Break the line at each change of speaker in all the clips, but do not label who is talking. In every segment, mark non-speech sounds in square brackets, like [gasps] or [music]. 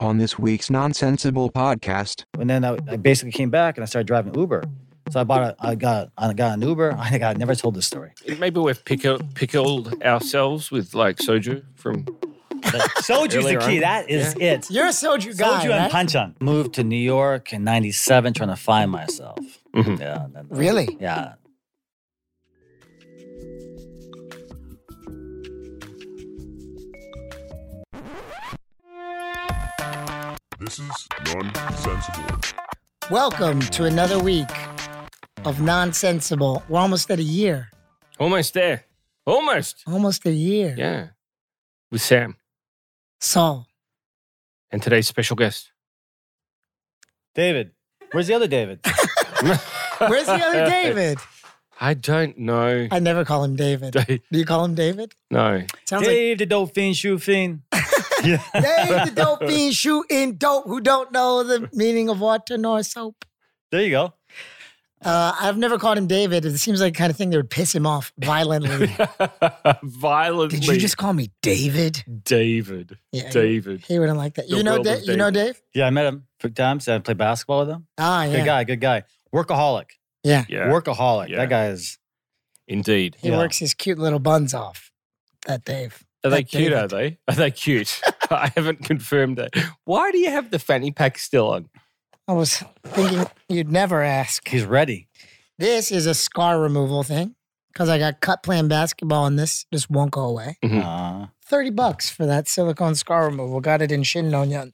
on this week's Nonsensible podcast.
And then I, I basically came back and I started driving Uber. So I bought a, I got, I got an Uber. [laughs] I got, I never told this story.
Maybe we've pickled, pickled ourselves with like soju from.
[laughs] Soju's the
Earlier
key.
on.
That is it.
You're a soju guy.
Soju and
right?
panchan. Moved to New York in '97, trying to find myself.
Mhm.
Yeah. and then-
Really?
Yeah.
This is nonsensical.
Welcome to another week of Nonsensible. We're almost at a year.
Almost there. Almost.
Almost a year.
Yeah. With Sam
So,
and today's special guest.
David, where's the other [laughs] David?
where's the other David?
I don't know.
I never call him David. Do you call him David?
no.
Sounds like
Dave the Dolphin Shoe [laughs] Fiend.
Dave the dope fiend shoot in dope who don't know the meaning of water nor soap.
There you go.
Uh, I've never called him David. It seems like the kind of thing that would piss him off
[laughs]
violently.
[laughs] Violently.
Did you just call me David?
David?
Yeah,
David.
He wouldn't like that.
The
you know,
world
da-
of
you know, Dave.
Yeah, I met him a few times. I played basketball with him.
Ah,
Good
yeah,
guy. Good guy. Workaholic.
yeah.
Yeah.
Workaholic.
Yeah.
That guy is.
Indeed.
He
Yeah.
works his cute little buns off. That Dave.
Are they
That
cute?
David.
Are they? Are they
[laughs]
cute? I haven't confirmed that. Why do you have the fanny pack still on?
I was thinking you'd never ask.
He's ready.
This is a scar removal thing because I got cut playing basketball, and this just won't go away.
Mhm.
Uh,
30 bucks for that silicone scar removal. Got it in Shinnon.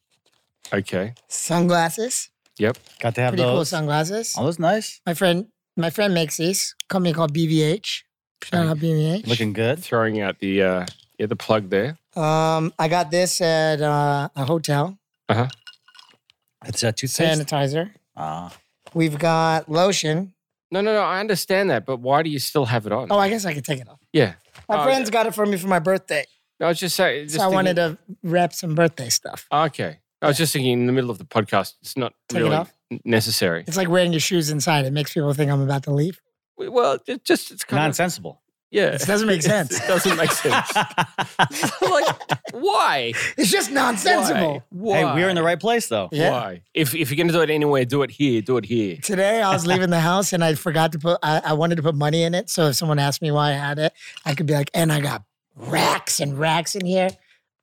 Okay.
Sunglasses.
got to have
Pretty cool
those.
sunglasses.
Are those nice?
My friend, my friend makes these. Company called BVH. Shout out BVH.
Looking good.
Throwing out the uh yeah, the plug there.
Um, I got this at uh, a hotel.
It's that toothpaste.
Sanitizer.
Ah,
We've got lotion.
No, no, no. I understand that, but why do you still have it on?
Oh, I guess I could take it off.
yeah.
My
Oh,
friends
yeah.
got it for me for my birthday,
I was just saying. Just
so I wanted to wrap some birthday stuff.
Okay. I was just thinking in the middle of the podcast, it's not
Take it
really
off?
n- necessary.
It's like wearing your shoes inside. It makes people think I'm about to leave.
W- Well, it just it's kind of
nonsensible. [laughs]
yeah.
It
[laughs]
doesn't make sense.
it doesn't make
[laughs]
sense. like why?
It's just nonsensible.
Why?
hey, we're in the
Why?
right place though.
Yeah.
Why? If if you're gonna do it anywhere, do it here. Do it here.
Today I was leaving
[laughs]
the house and I forgot to put. I, I wanted to put money in it, so if someone asked me why I had it, I could be like, "And I got racks and racks in here,"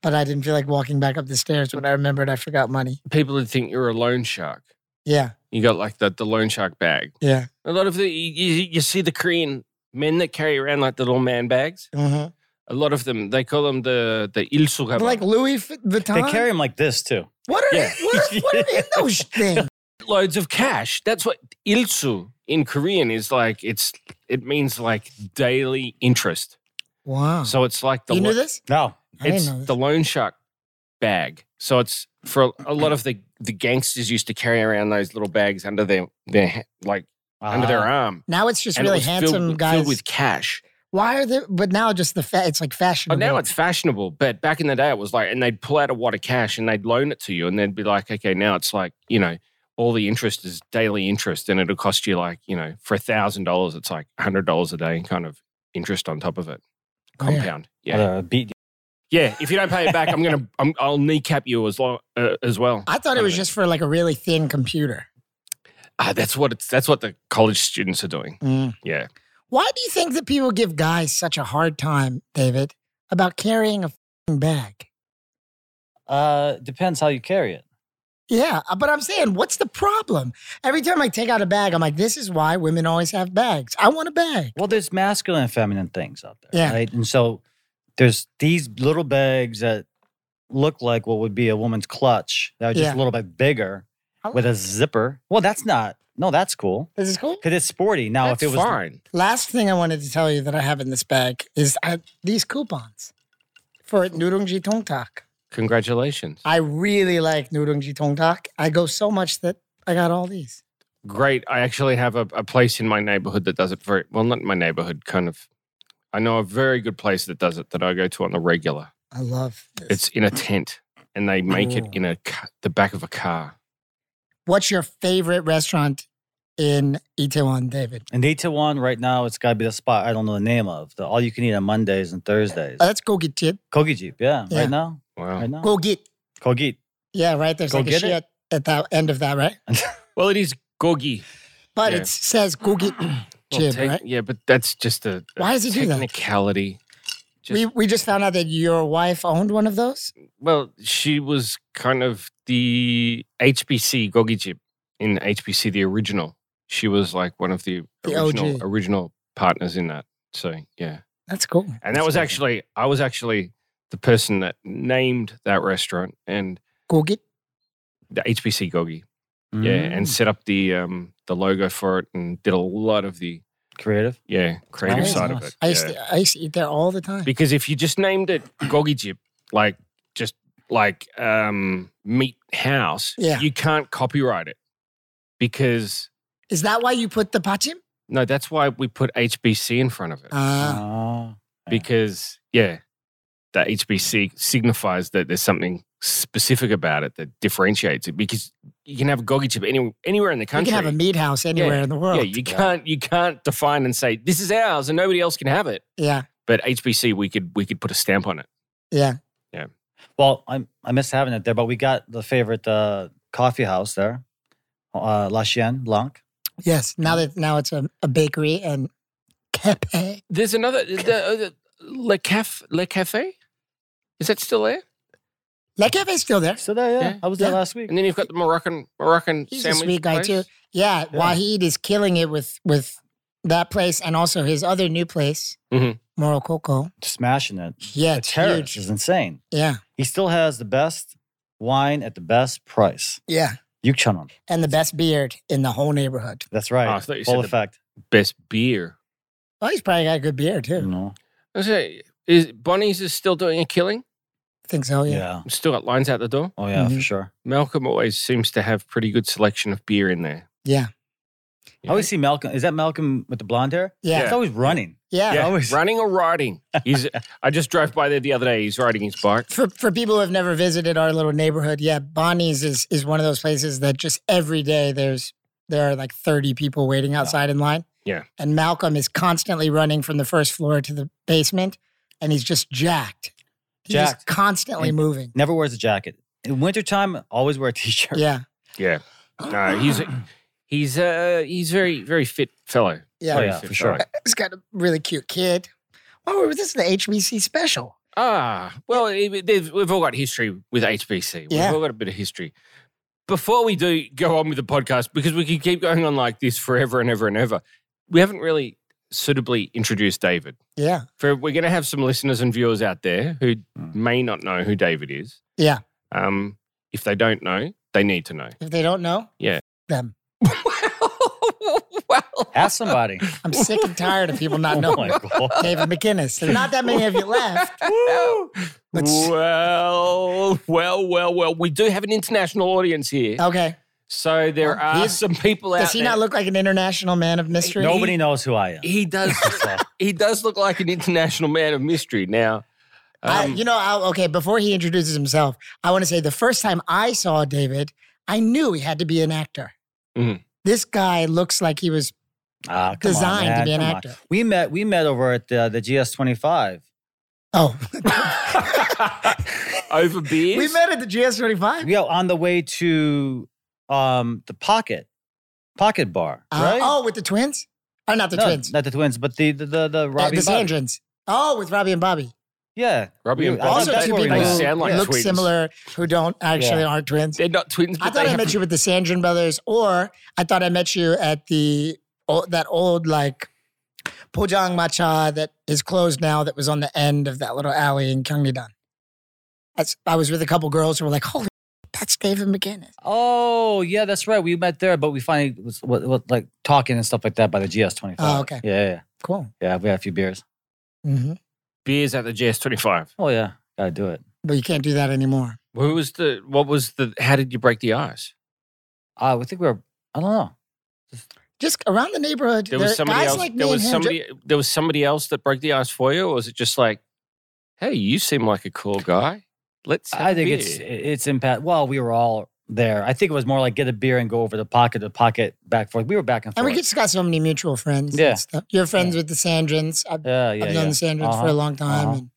but I didn't feel like walking back up the stairs when I remembered I forgot money.
People would think you're a loan shark.
Yeah,
You got like the the loan shark bag.
yeah.
A lot of the you, you- you see the Korean men that carry around like the little man bags.
hmm
A lot of them they call them the the ilsugaba.
But like Louis Vu- Vuitton.
They carry him like this too.
what are
Yeah.
what, are-
[laughs]
what are in those things?
loads of cash. That's what ilsu in Korean is like. It's it means like daily interest.
Wow.
So it's like the
you knew
lo-
this?
No,
I didn't
it's
know this.
the loan shark bag. So it's for a lot of the the gangsters used to carry around those little bags under their their ha- like under their
Ah,
arm.
now it's just
And it
really
was filled
handsome
with-
guys.
filled with cash.
Why are they? But now just the fa- it's like fashion.
But Oh, now it's fashionable. But back in the day, it was like, and they'd pull out a wad of cash and they'd loan it to you, and they'd be like, okay, now it's like, you know, all the interest is daily interest, and it'll cost you like, you know, for a thousand dollars, it's like a hundred dollars a day, kind of interest on top of it, compound. Yeah, yeah.
uh, beat-
If you don't pay it back, I'm gonna, [laughs] I'm, I'll kneecap you as long uh, as well.
I thought it was
Anyway.
just for like a really thin computer.
Ah, that's what it's. That's what the college students are doing. Yeah,
Mm. Why do you think that people give guys such a hard time, David, about carrying a fing bag?
Uh, depends how you carry it.
Yeah, uh, but I'm saying, what's the problem? Every time I take out a bag, I'm like, this is why women always have bags. I want a bag.
Well, there's masculine and feminine things out there,
Yeah.
right? And so there's these little bags that look like what would be a woman's clutch that are just
Yeah.
a little bit bigger
I
with a zipper. Well, that's not. No, that's cool
Is this cool?
because it's sporty. Now,
that's
if it was
fine.
Last thing I wanted to tell you that I have in this bag is I, these coupons for Nurungji Tongtak.
Congratulations.
I really like Nurungji Tongtak. I go so much that I got all these.
great. I actually have a, a place in my neighborhood that does it very well, not my neighborhood, kind of. I know a very good place that does it that I go to on the regular.
I love this.
It's in a tent and they make it
Ooh.
in a ca- the back of a car.
What's your favorite restaurant in Itaewon, David?
in eight to one right now, it's got to be the spot I don't know the name of. The all you can eat on Mondays and Thursdays.
Uh, that's Gogit.
Kogi Jeep, yeah,
Yeah.
Oh.
right now,
Wow.
right now.
Gogit.
Kogi.
Yeah, right. There's
Go
like a
get
shit
it?
at that end of that, right?
Well, it is Gorgi.
But
Yeah.
it says Googie
[clears throat] Well,
Jib,
tec-
right?
Yeah, but that's just a, a
Why does he do that?
technicality.
we we just found out that your wife owned one of those.
Well, she was kind of the HBC Gogi Jib in HBC the original. She was like one of the,
The
original
OG.
original partners in that. So yeah,
That's cool.
and that was
amazing.
actually I was actually the person that named that restaurant and
Googie.
the HBC Gogi. Yeah,
Mm.
and set up the um the logo for it and did a lot of the
creative.
yeah creative
Nice.
side of it.
I used
yeah.
to I used to eat there all the time.
because if you just named it Goggy Jib, like just like um meat house,
Yeah.
you can't copyright it because
Is that why you put the pachim?
no, that's why we put HBC in front of it
Uh,
Oh.
because yeah, that HBC signifies that there's something specific about it that differentiates it because you can have a Goggy Jib any, anywhere in the
you
country.
can have a meat house anywhere in the world.
yeah, you can't you can't define and say this is ours and nobody else can have it.
yeah,
But HBC, we could we could put a stamp on it.
yeah.
Well, I I missed having it there, but we got the favorite uh, coffee house there, uh, La Chienne Blanc.
Yes. Now that now it's a, a bakery and cafe.
There's another the, uh, the- Le Caf Le Cafe. Is that still there?
La cafe's still there.
So there, yeah,
Yeah.
I was there
Yeah.
last week.
And then you've got the Moroccan Moroccan
He's a
sandwich
sweet guy too.
place.
Yeah,
Yeah.
Wahid is killing it with with that place and also his other new place,
Mhm.
Moro Coco.
Smashing it.
Yeah,
the
it's
terrace
huge.
is insane.
Yeah,
He still has the best wine at the best price.
yeah,
Yukchanan.
and the best beard in the whole neighborhood.
That's
Oh, I
right.
thought you
Full
said the-
effect.
Best beer.
Oh, he's probably got a good beard too.
No.
I say, is Bonnie's is still doing a killing?
I think so.
Yeah.
Oh, Yeah.
Still got lines out the door.
Oh yeah, for
Mhm.
sure.
Malcolm always seems to have pretty good selection of beer in there.
Yeah.
I always see Malcolm. Is that Malcolm with the blonde hair?
Yeah.
He's always running.
Yeah.
Yeah.
Yeah,
always-
running or riding. He's. [laughs] I just drove by there the other day. He's riding his bike.
For for people who have never visited our little neighborhood, yeah, Bonnie's is is one of those places that just every day there's there are like 30 people waiting outside in line.
Yeah.
And Malcolm is constantly running from the first floor to the basement and he's just jacked. He's
Jacked.
just constantly
And-
moving.
Never wears a jacket. In wintertime, always wear a [laughs] t-shirt.
Yeah.
Yeah. No, he's he's uh he's very very fit fellow.
[gasps] Yeah.
Oh,
Very
yeah,
fit
for sure.
fellow.
He's got a really cute kid. Oh, this is the HBC special.
Ah, well, it- they've- we've all got history with HBC.
Yeah.
We've all got a bit of history. Before we do go on with the podcast, because we could keep going on like this forever and ever and ever, we haven't really suitably introduced David.
Yeah.
For we're going to have some listeners and viewers out there who
Mm.
may not know who David is.
Yeah.
Um, if they don't know, they need to know.
If they don't know,
Yeah.
them.
[laughs] well,
Ask somebody.
I'm sick and tired of people not
[laughs] oh my
knowing.
god.
David McInnes. There's not that many of
[laughs]
you left.
[laughs]
Let's-
well, well, well, well. We do have an international audience here.
Okay.
So there
Oh. Well,
are
he's-
some people out
Does he
there.
not look like an international man of mystery?
Nobody knows who I am. [laughs]
he does. he does look like an international man of mystery. Now,
I-
um,
you know, I'll, okay, before he introduces himself, I want to say the first time I saw David, I knew he had to be an actor.
Mm-hmm.
Mhm.
This guy looks like he was
Ah, come on,
designed to
man,
be an
come on.
actor.
We met. We met over at the, the GS twenty five.
Oh,
[laughs] over beers.
we met at the GS35.
Yeah, on the way to um the pocket, pocket bar.
Uh,
right?
Oh, with the twins? Or not the
No,
twins.
Not the twins, but the the the, the
the
Robbie.
the
and Bobby.
Sandrins. Oh, with Robbie and Bobby.
Yeah.
Robbie and
We- all
Bobby.
Also,
that's
two
where we
people
They
met.
who
sound like
look
twins.
similar who don't actually
Yeah.
aren't twins.
They're not twins, but
I thought
they
I
have-
met you with the Sandrin brothers, or I thought I met you at the oh, that old like Pojang Matcha that is closed now. That was on the end of that little alley in Gyeongnidan. That's, I was with a couple girls who were like, "Holy, that's David McGinnis."
Oh yeah, that's right. We met there, but we finally was what, what, like talking and stuff like that by the GS twenty five.
Oh, okay.
Yeah, yeah, yeah.
Cool.
yeah. We had a few beers. Mm-hmm.
hmm
beers at the GS twenty five.
Oh yeah, gotta do it.
But you can't do that anymore.
Who was the? What was the? How did you break the ice?
Uh, I think we were. I don't know.
Just around the neighborhood,
There was
are
somebody
guys
else.
like me
there
and
was
him.
somebody. There was somebody else that broke the ice for you, or was it just like, hey, you seem like a cool guy. Let's. have
I
a
think it's
beer."
it's impact. Well, we were all there. I think it was more like get a beer and go over the pocket to pocket back forth. We were back and forth.
and we just got so many mutual friends. and
Yeah.
stuff. you're friends with the Sandrins. I've,
yeah, yeah,
I've
yeah.
known the Sandrins for
Uh-huh,
a long time,
uh-huh.
and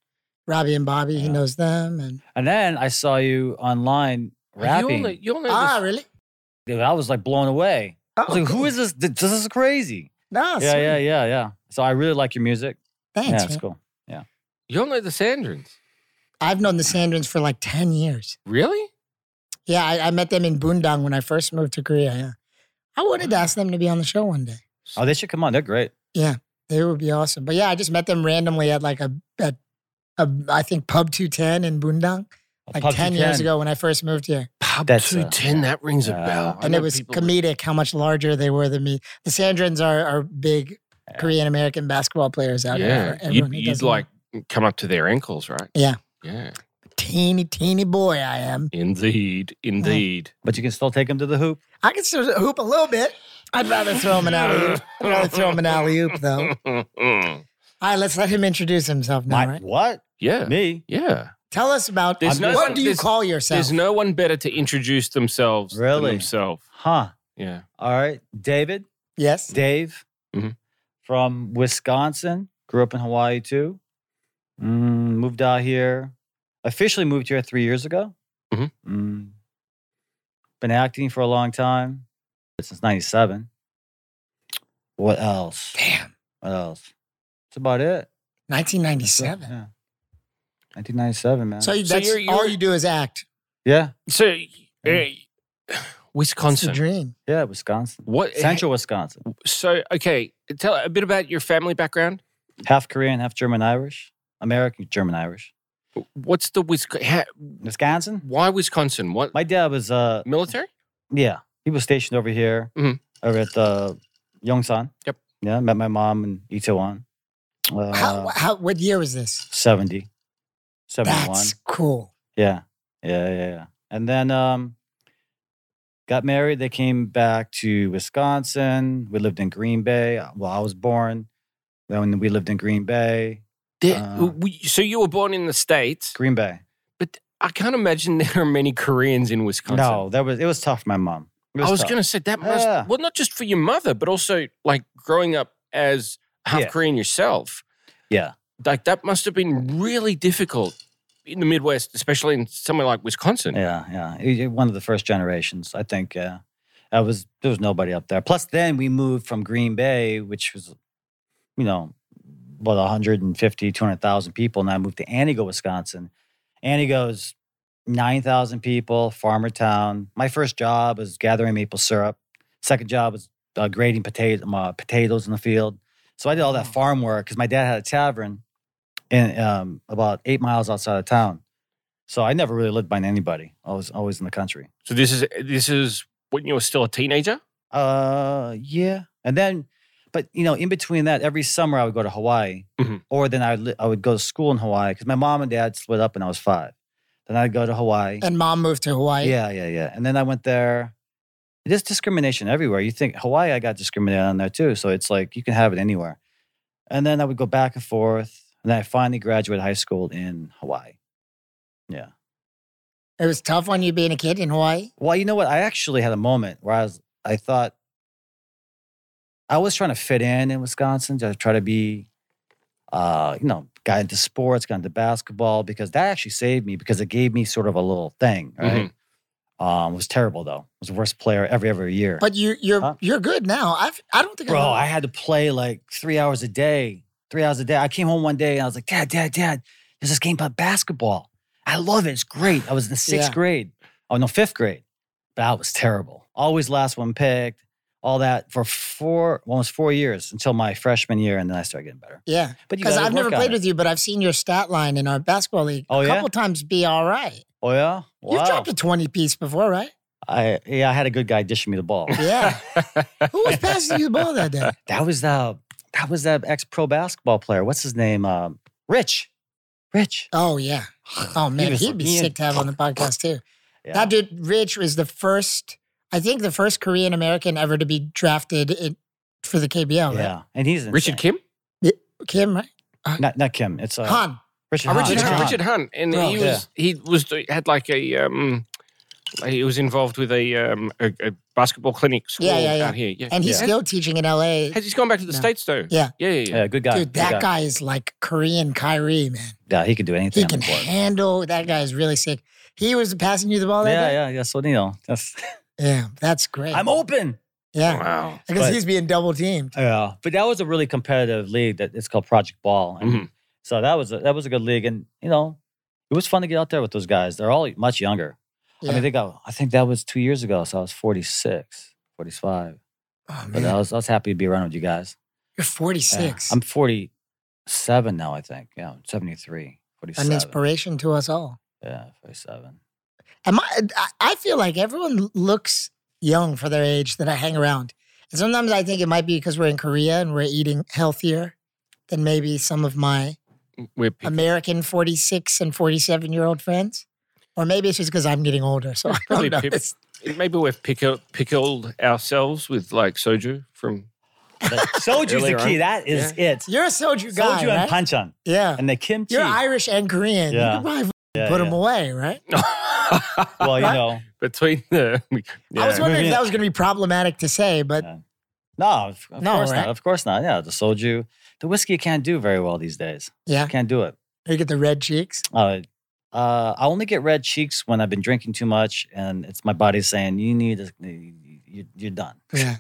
Robbie and Bobby. He
Yeah.
knows them, and
And then I saw you online rapping.
You all, you all know this-
Ah, really?
Dude, I was like blown away.
Oh,
I was like,
cool.
who is this? Th- This is crazy. yeah,
No, sweet.
yeah, yeah, yeah. So I really like your music.
Thanks.
yeah,
man.
it's cool.
you all know the Sandrins.
I've known the Sandrins for like 10 years.
Really?
Yeah, I, I met them in Boondong when I first moved to Korea. Yeah. I wanted to ask them to be on the show one day.
Oh, they should come on. They're great.
They would be awesome. But yeah, I just met them randomly at like a, at a I think Pub 210 in Boondong,
A
like
Pub
10
210.
years ago when I first moved here.
Pub
That's, uh,
210, that rings a
yeah.
bell. I
and
know
it was
people-
comedic how much larger they were than me. The Sandrins are, are big
Yeah.
Korean American basketball players out
Yeah.
here. for
You'd,
everyone who
you'd
doesn't know.
like come up to their ankles, right?
Yeah.
Yeah.
teeny, teeny boy I am.
Indeed. Indeed.
But you can still take them to the hoop.
I can still hoop a little bit. I'd rather throw him an alley oop. I'd rather throw him an alley
[laughs]
oop, though. All
[laughs]
right, let's let him introduce himself now.
My,
right?
What?
yeah.
Me?
Yeah.
Tell us about
There's
no
what
one-
do you
there's-
call yourself?
There's no one better to introduce themselves
Really?
than themselves.
Huh.
Yeah.
All right. David,
yes.
Dave
Mhm.
from Wisconsin. Grew up in Hawaii too. Mm, moved out here. Officially moved here three years ago.
Mhm.
Mm. Been acting for a long time since '97. What else?
Damn.
What else? That's about it.
1997.
Yeah. 1997, man.
So, you-
So
that's
you're-
all
you're-
you do is act.
yeah,
So,
Hmm.
uh,
It's the
Wisconsin.
dream.
yeah, Wisconsin,
What? eh,
Central Wisconsin,
So, okay, tell a bit about your family background.
half Korean, half German Irish, American German Irish.
What's the Wisconsin? Ha-
Wisconsin.
why Wisconsin? What?
My dad was uh,
military?
Yeah. He was stationed over here,
Mhm.
over at the Yongsan.
Yep.
Yeah. Met my mom in Itaewon. Uh,
how, how, what year was this?
70, 71.
That's cool.
Yeah. Yeah. Yeah. Yeah. And then um, got married. They came back to Wisconsin. We lived in Green Bay. uh, Well, I was born. Then we lived in Green Bay.
There-
Uh,
we- so you were born in the states.
Green Bay.
I can't imagine [laughs] there are many Koreans in Wisconsin.
No, that was it was tough for my mom. It
I was
tough.
going to say that must
Yeah.
well, not just for your mother, but also like growing up as half
Yeah.
Korean yourself.
Yeah.
like that must have been really difficult in the Midwest, especially in somewhere like Wisconsin.
Yeah, yeah. It- it- one of the first generations, I think. Yeah, I was there was nobody up there. Plus, then we moved from Green Bay, which was, you know, about 150, 200,000 people, and I moved to Antigo, Wisconsin. Antigo's nine thousand people, farmer town. My first job was gathering maple syrup. Second job was uh, grading potato, um, uh, potatoes in the field. So I did all that farm work because my dad had a tavern in um, about eight miles outside of town. So I never really lived by anybody. I was always in the country.
So this is this is when you were still
[laughs]
a teenager.
Uh, yeah. And then, but you know, in between that, every summer I would go to Hawaii,
Mhm.
or then I would li- I would go to school in Hawaii because my mom and dad split up when I was five. Then I'd go to Hawaii.
And mom moved to Hawaii.
Yeah, yeah, yeah. And then I went there. There's discrimination everywhere. You think Hawaii, I got discriminated on there too. So it's like you can have it anywhere. And then I would go back and forth. And then I finally graduated high school in Hawaii. Yeah.
It was tough on you being a kid in Hawaii.
Well, you know what? I actually had a moment where I was, I thought I was trying to fit in in Wisconsin to try to be, uh, you know, got into sports, got into basketball because that actually saved me because it gave me sort of a little thing, right? Um, it was terrible though. I was the worst player every every year.
But you you're
Huh?
you're good now. I've I don't think
Bro,
know.
I had to play like three hours a day. Three hours a day. I came home one day and I was like, Dad, Dad, Dad, there's this game about basketball. I love it. It's great. I was in the sixth
Yeah.
grade. Oh, no, fifth grade. But I was terrible. Always last one picked, all that for four, almost four years until my freshman year. And then I started getting better.
Yeah.
But you
Because
guys,
I've never played with you, but I've seen your stat line in our basketball league
Oh,
a
yeah?
couple times be all right.
Oh, yeah? Wow.
You've dropped a 20 piece before,
[laughs]
right?
I, yeah, I had a good guy dishing me the
[laughs]
ball.
Yeah. Who was passing you the ball
[laughs]
that day?
that was the, that was that ex pro basketball player. What's his name? Um, Rich. Rich.
Oh, yeah. Oh, man.
was-
He'd be
he-
sick to have on the podcast, too.
Yeah.
That dude, Rich, was the first, I think, the first Korean American ever to be drafted in, for the KBL, right?
yeah. And he's
[laughs] Richard
insane.
Kim.
Kim, right?
Not not Kim. It's uh,
Han.
Richard Oh,
Oh,
Hahn.
Richard
Richard,
Hunt.
Hunt. Richard Hunt, and
Bro,
he was he was had like a um, he was involved with a um a, a basketball clinic school
Yeah, yeah, yeah.
out here. Yeah,
And he's
Yeah.
still teaching in LA.
has he's gone back to the
No.
states though.
Yeah.
yeah, yeah. yeah.
Yeah, good guy.
Dude,
good
that guy is like Korean Kyrie, man.
Yeah, he can do anything.
He
on the
can
court.
handle. That guy is really sick. He was passing you the ball that
yeah,
day?
yeah, yeah. So you know, that's
Yeah, that's great.
I'm open.
Yeah,
Wow.
because
But-
he's being double teamed.
Yeah, but that was a really competitive league. That it's called Project Ball, and
Mm-hmm.
Mhm.
so that was a, that was a good league. And you know, it was fun to get out there with those guys. They're all much younger. I
Yeah.
mean, they got. I think that was two years ago, so I was 46, 45.
Oh,
But
man.
I was I was happy to be around with you guys.
You're
Yeah.
46.
I'm 47 now, I think. Yeah, 73,
An
47.
inspiration to us all.
yeah, 47.
Am I, I- I feel like everyone looks young for their age that I hang around. And sometimes I think it might be because we're in Korea and we're eating healthier than maybe some of my
We're pick-
American 46 and 47 year old friends. Or maybe it's just because I'm getting older. So I
Probably
don't know.
people-
It's-
maybe we've pickle, pickled ourselves with like soju [laughs] from
But [laughs] Soju's the
Earlier
key.
on.
That is it.
You're a soju guy.
Soju and
right?
panchan
yeah.
and the kimchi.
You're Irish and Korean. You
Yeah.
could probably
Yeah,
put
yeah.
them away, right?
Well, you
Right?
know,
between the.
I
Yeah.
was wondering if
Maybe-
that was going to be problematic to say, but
Yeah. no, of, of
No,
course
right?
not. Of course not. Yeah, the soju, the whiskey can't do very well these days.
Yeah.
can't do it.
you get the red cheeks.
Uh, uh, I only get red cheeks when I've been drinking too much, and it's my body saying you need, to- you, you're done.
Yeah.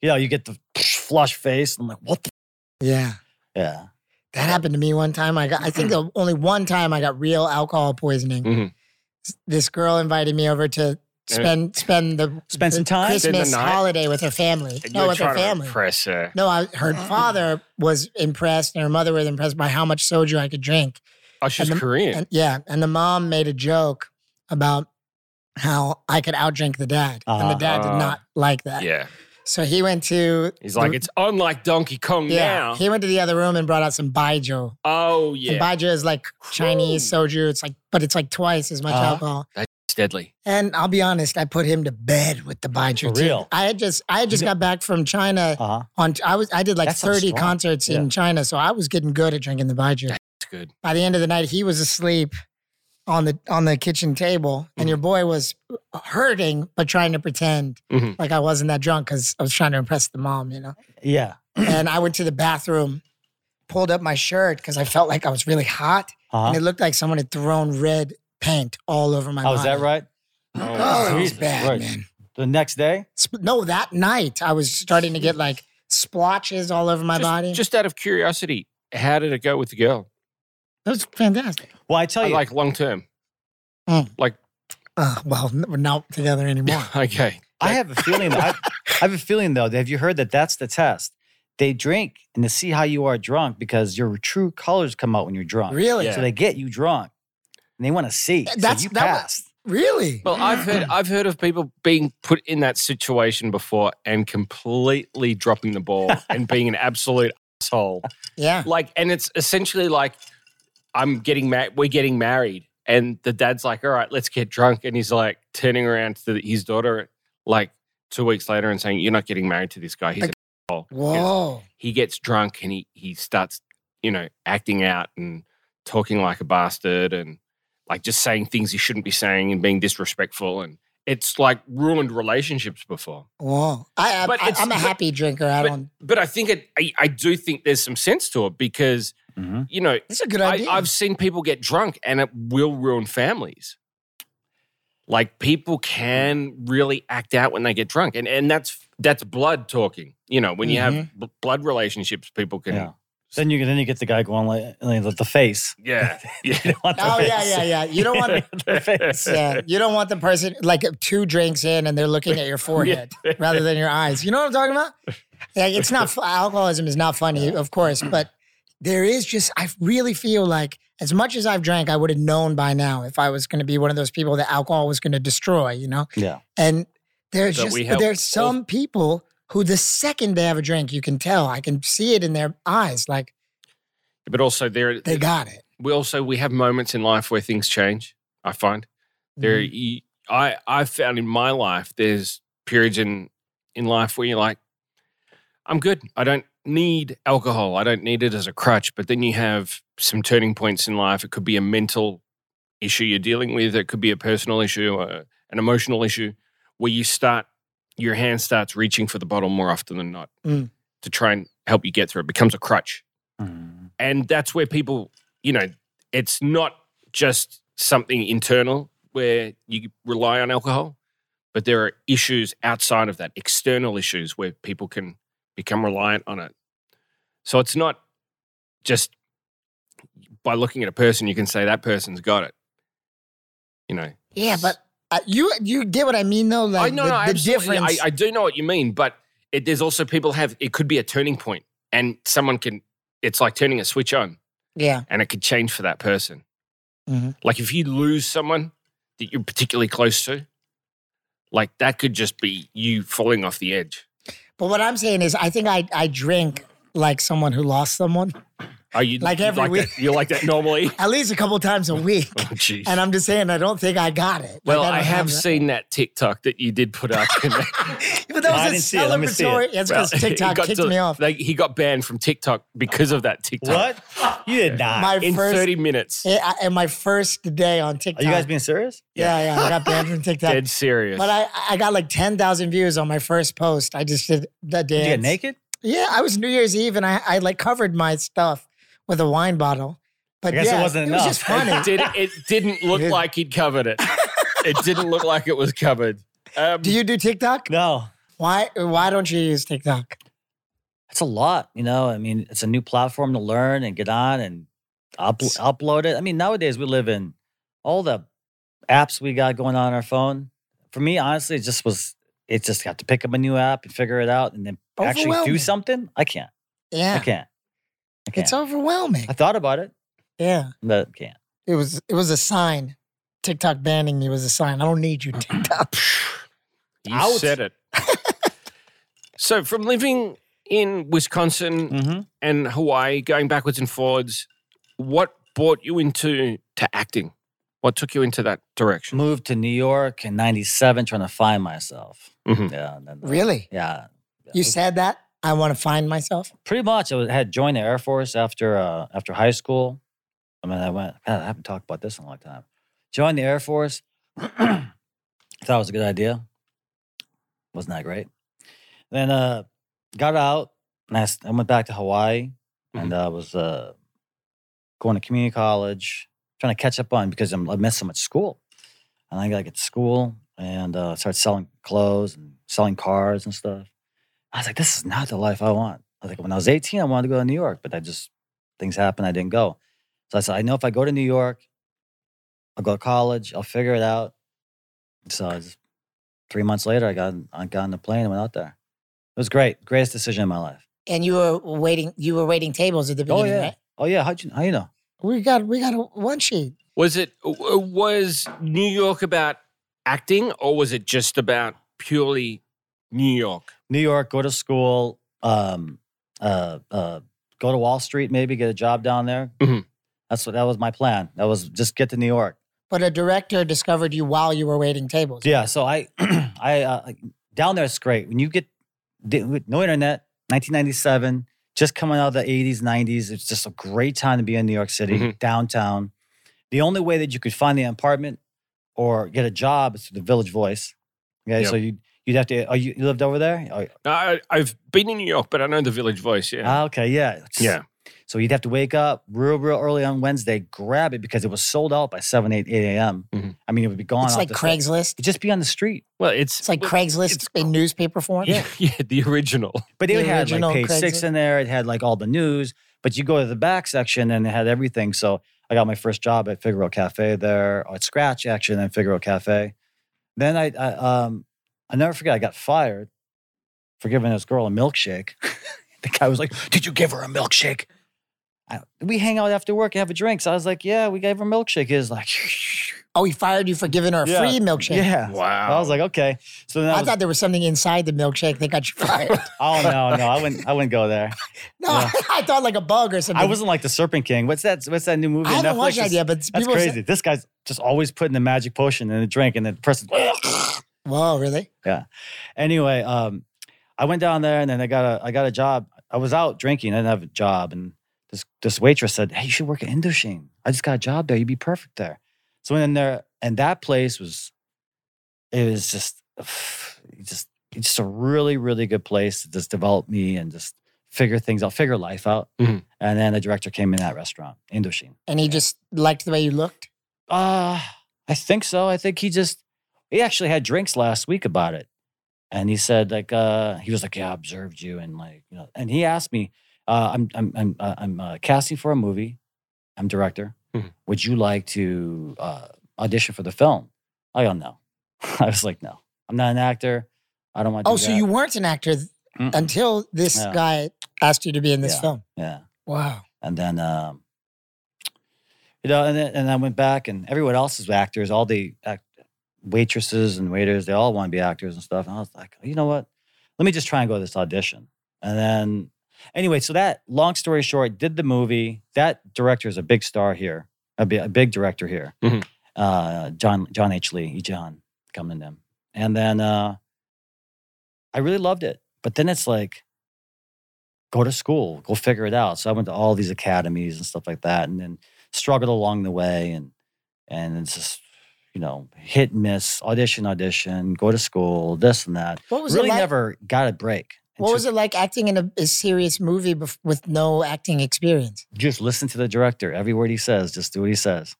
You know, you get the flush face. And I'm like, what the?
yeah.
Yeah.
That happened to me one time. I got I
[clears throat]
think the only one time I got real alcohol poisoning.
Mhm.
S- This girl invited me over to spend spend the
Spend some
the
time?
Spend the
Christmas
night?
holiday with her family.
And
No,
you're
with her
trying to
family.
impress her.
No, I, her
Oh.
father was impressed and her mother was impressed by how much soju I could drink.
Oh, she's
And the-
Korean.
And yeah, and the mom made a joke about how I could outdrink the dad. And the dad did
Uh-huh.
not like that.
yeah.
So he went to
He's like, it's unlike Donkey Kong
yeah,
now.
he went to the other room and brought out some baijiu.
oh,
And
yeah.
baijiu is like Chinese soju. It's like, but it's like twice as much
Uh-huh.
alcohol.
It's deadly.
And I'll be honest, I put him to bed with the baijiu.
For
too.
real?
I had just, I had just
Oh, You know-
got back from China.
Uh huh.
On I was, I did like
That sounds
thirty
strong.
concerts in
Yeah.
China, so I was getting good at drinking the baijiu.
It's good.
By the end of the night, he was asleep on the on the kitchen table, and
Mm-hmm.
your boy was uh, hurting but trying to pretend
Mm-hmm.
Mhm.
like I wasn't that drunk because I was trying to impress the mom, you know.
[clears throat] Yeah.
and I went to the bathroom, pulled up my shirt because I felt like I was really hot,
Uh
and
huh.
it looked like someone had thrown red paint all over my
Oh,
body.
is that right?
Oh, it was
Jesus
bad,
Christ.
man.
The next day?
Sp- no, that night I was starting to get like splotches all over my
just,
body.
just out of curiosity, how did it go with the girl?
that was fantastic.
Well, I
Oh,
tell you,
Like long term.
Uh, well, n- we're not together anymore.
okay.
I have a feeling. I, I have a feeling though. that- Have you heard that? That's the test. They drink and to see how you are drunk because your true colors come out when you're drunk.
[laughs]
really,
Yeah.
So they get you drunk and they want to see.
Th-
So
that's-
you
that was-
passed.
really.
Well, I've
[laughs]
heard I've heard of people being put in that situation before and completely dropping the ball
[laughs]
and being an absolute asshole.
yeah,
Like, and it's essentially like I'm getting married. We're getting married, and the dad's like, "All right, let's get drunk," and he's like turning around to his daughter like two weeks later and saying, "You're not getting married to this guy. He's
Like-
a asshole."
whoa,
He gets drunk and he he starts you know acting out and talking like a bastard and like just saying things he shouldn't be saying and being disrespectful and it's like ruined relationships before.
whoa. I,
But
I, I
it's-
I'm a
but-
happy drinker. I
but-
don't.
But I think it, I, I do think there's some sense to it because
Mhm.
you know
It's a good
I,
idea.
I've seen people get drunk and it will ruin families. Like people can really act out when they get drunk, and and that's that's blood talking. You know, when you have
Mm-hmm.
b- blood relationships, people can.
Yeah. Then you then you get the guy going like, like the, the face. [laughs]
[laughs] Yeah,
[laughs]
You don't want the
oh
face.
yeah, yeah, yeah. You don't
[laughs]
want
the face.
yeah, you don't want the person like two drinks in and they're looking
[laughs]
at your forehead rather than your eyes. You know what I'm talking about? Like, it's not alcoholism is not funny, of course, but there is just I really feel like as much as I've drank, I would have known by now if I was going to be one of those people that alcohol was going to destroy. You know,
Yeah.
and there's
That
just
we
but
have
there's some people who the second they have a drink, you can tell. I can see it in their eyes, like
but also there
they got it.
we also we have moments in life where things change. I find there. You, I I found in my life there's periods in in life where you're like, I'm good. I don't need alcohol. I don't need it as a crutch. But then you have some turning points in life. It could be a mental issue you're dealing with. It could be a personal issue, uh, an emotional issue, where you start your hand starts reaching for the bottle more often than not
Mm.
to try and help you get through. It becomes a crutch
Mhm.
and that's where people you know it's not just something internal where you rely on alcohol, but there are issues outside of that, external issues where people can become reliant on it. So it's not just by looking at a person you can say that person's got it. You know.
Yeah, but uh, you you get what I mean though. Like
I know
the,
no,
the
absolutely.
difference.
I, I do know what you mean, but it, there's also people have it could be a turning point, and someone can. It's like turning a switch on,
yeah,
and it could change for that person.
Mm-hmm.
Mhm.
Like if you lose someone that you're particularly close to, like that could just be you falling off the edge.
but what I'm saying is, I think I I drink like someone who lost someone
Are you
Like
you
every
like that, you like that
[laughs]
normally?
at least a couple times a week.
Oh, jeez.
And I'm just saying, I don't think I got it. Like,
well,
don't
I have
that.
seen that TikTok that you did put up. and that-
[laughs] But
No, I
that
didn't
was a
see it. Let me see it.
celebratory. [laughs] It's
well, [laughs]
[laughs]
because
he
TikTok
got
kicked
del-
me off.
Like he got banned from TikTok because of that TikTok.
What? You did not.
My
In
first
30 minutes.
eh, I- and my first day on
Are
TikTok.
you guys being serious?
yeah, yeah, I got banned from TikTok.
Dead serious.
But I, I got like ten thousand views on my first post. I just did the
Did
dance.
you get naked?
Yeah, I was New Year's Eve, and I, I like covered my stuff with a wine bottle. But
I guess it
yeah,
wasn't
was
enough.
just
[laughs]
funny.
it, did, it didn't
[laughs]
look
It-
like he'd covered it. It didn't look like it was
[laughs]
covered. Um,
Do you do TikTok?
No.
Why Why don't you use TikTok?
It's a lot, you know. I mean, it's a new platform to learn and get on and up- upload it. I mean, nowadays we live in all the apps we got going on our phone. For me, honestly, it just was. It just got to pick up a new app and figure it out, and then actually do
Overwhelming.
something. I can't. I
Yeah,
can't. I can't.
it's overwhelming.
I thought about it,
Yeah,
but I can't.
it was it was a sign. TikTok banning me was a sign. I don't
[clears throat]
need you, TikTok.
You
Out.
said it. [laughs] so, from living in Wisconsin
Mm-hmm.
and Hawaii, going backwards and forwards, what brought you into to acting? What took you into that direction?
Moved to New York in '97, trying to find myself.
Mhm.
Yeah, and then,
Mm-hmm.
uh,
really?
yeah.
You said that? I want to find myself.
pretty much I was- had joined the Air Force after uh, after high school. I mean, I went. God, I haven't talked about this in a long time. Joined the Air Force. [clears throat] Thought it was a good idea. Wasn't that great? Then uh, got out and I, s- I went back to Hawaii and I was uh, going to community college, trying to catch up on because I'm, I missed so much school. And I got to school and uh, started selling clothes and selling cars and stuff. I was like, this is not the life I want. I was like, when I was 18, I wanted to go to New York, but I just, things happened. I didn't go. So I said, I know if I go to New York, I'll go to college, I'll figure it out. So I just, three months later, I got, I got on the plane and went out there. It was great. Greatest decision in my life.
And you were waiting. You were waiting tables at the
Oh,
beginning.
yeah.
right?
Oh, yeah. How'd you, how you know?
We got we got a one sheet.
Was it w- was New York about acting, or was it just about purely New York?
New York, go to school, um, uh, uh, go to Wall Street, maybe get a job down there.
Mhm.
That's what that was my plan. That was just get to New York.
But a director discovered you while you were waiting tables.
Yeah, so I, [clears throat] I uh, like, down there it's great when you get di- with no internet. 1997, just coming out of the 80s, 90s. It's just a great time to be in New York City
Mhm.
downtown. The only way that you could find the apartment or get a job is through the Village Voice. Okay,
Yep.
so you you'd have to. Oh, you, you lived over there? Oh,
No, I, I've been in New York, but I know the Village Voice. Yeah,
ah, Okay, yeah, It's-
yeah.
So you'd have to wake up real, real early on Wednesday, grab it because it was sold out by 7, 8, 8 a.m.
Mhm.
I mean, it would be gone.
It's
off
like
the shelf.
Craigslist.
It'd just be on the street.
Well, it's
It's like
well,
Craigslist
it's-
in newspaper form.
Yeah, [laughs] yeah, the original.
But it
The
had
original
like page six
Craigslist?
in there. It had like all the news. But you go to the back section and it had everything. So I got my first job at Figaro Cafe there, or at Scratch actually, and then Figaro Cafe. Then I, I um I never forget I got fired for giving this girl a milkshake. [laughs] the guy was like, "Did you give her a milkshake?" I, we hang out after work and have a drink. So I was like, "Yeah, we gave her a milkshake." He was like, [laughs]
Oh, he fired you for giving her a
Yeah.
free milkshake.
"Yeah."
Wow.
I was like, "Okay." So then I,
I
was,
thought there was something inside the milkshake that
[laughs]
got you fired.
"Oh no, no, I wouldn't, I wouldn't go there."
no,
Yeah.
[laughs] I thought like a bug or something.
I wasn't like the Serpent King. What's that? What's that new movie?
I
on
haven't
Netflix?
watched that
It's-
yet, but
That's
people
crazy.
Say,
this guy's just always putting the magic potion in the drink, and the person.
Whoa, really?
anyway, um, I went down there, and then I got a I got a job. I was out drinking. I didn't have a job, and this this waitress said, "Hey, you should work at Indochine. I just got a job there. You'd be perfect there." So I went in there, and that place was, it was just, [sighs] just just a really really good place to just develop me and just figure things out, figure life out.
Mhm.
And then the director came in that restaurant, Indochine.
And he just liked the way you looked.
Uh, I I think so. I think he just he actually had drinks last week about it. And he said, like, uh, he was like, Yeah, I observed you. And like, you know, and he asked me, uh, I'm I'm I'm uh, I'm uh, casting for a movie. I'm director.
Mhm.
Would you like to uh, audition for the film? I go, no. [laughs] I was like, no, I'm not an actor. I don't want to
Oh,
do
so
that."
you weren't an actor th-
Mm-mm.
until this
Yeah.
guy asked you to be in this
Yeah.
film.
Yeah.
Wow.
And then, um, you know, and then, and I went back, and everyone else is actors. All the act- waitresses and waiters, they all want to be actors and stuff. And I was like, you know what? Let me just try and go to this audition. And then, anyway, so that long story short, did the movie. That director is a big star here, a, bi- a big director here.
Mhm.
Uh, John John H. Lee, E. John, coming to them. And then uh, I really loved it. But then it's like, go to school, go figure it out. So I went to all these academies and stuff like that, and then struggled along the way, and and it's just you know hit and miss, audition, audition, go to school, this and that.
What was
really
it like?
never got a break. And
what was
just-
it like acting in a, a serious movie bef- with no acting experience?
Just listen to the director. Every word he says, just do what he says.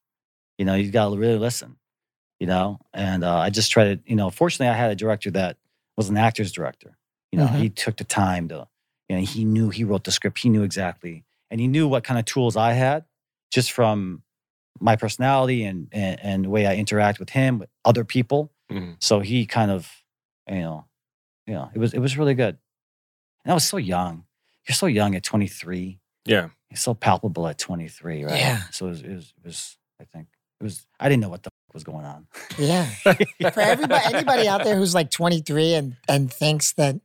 You know, you got to really listen. You know, and uh, I just tried to. You know, fortunately, I had a director that was an actor's director. You know,
Mhm.
he took the time to. You know, he knew he wrote the script. He knew exactly, and he knew what kind of tools I had, just from my personality and and, and the way I interact with him, with other people.
Mhm.
So he kind of, you know, you know, it was it was really good. And I was so young. You're so young at 23
Yeah.
it's so palpable at 23, right?
Yeah.
So it was, it was, it was I think it was, I didn't know what the fuck was going on. [laughs]
Yeah. For everybody, anybody out there who's like 23 and, and thinks that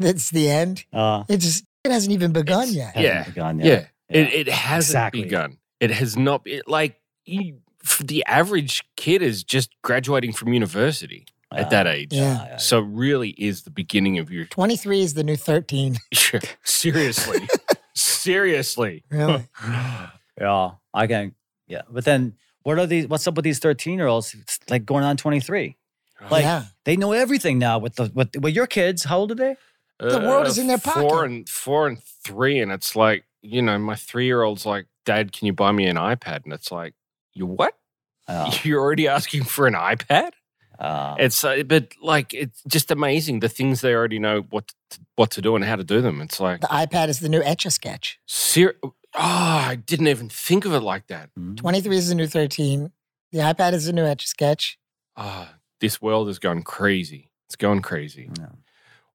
that's the end,
Uh,
it just it hasn't even begun
It's-
yet.
Yeah.
hasn't begun
Yeah.
yet.
It, it hasn't
Exactly.
begun. It has not. It, like you, f- the average kid is just graduating from university
Uh,
at that age.
yeah.
So really is the beginning of your
23 is the new 13.
[laughs] seriously, seriously.
[laughs] Really?
yeah, I can, yeah. But then what are these, what's up with these 13 year olds? It's like going on 23. [laughs] Like,
yeah.
They know everything now with the, with, with your kids. How old are
[laughs]
they?
The world is in their
Four
pocket.
and four and three, and it's like you know, my three-year-old's like, "Dad, can you buy me an iPad?" And it's like, "You what?
Uh,
Oh.
[laughs] You're already asking for an iPad?"
uh,
It's uh, but like it's just amazing the things they already know what to, what to do and how to do them. It's like
The iPad is the new Etch a Sketch.
ser- oh, I didn't even think of it like that.
mm.
23 is the new 13. The iPad is the new Etch a Sketch.
Ah, this world has gone crazy. It's gone crazy.
Yeah.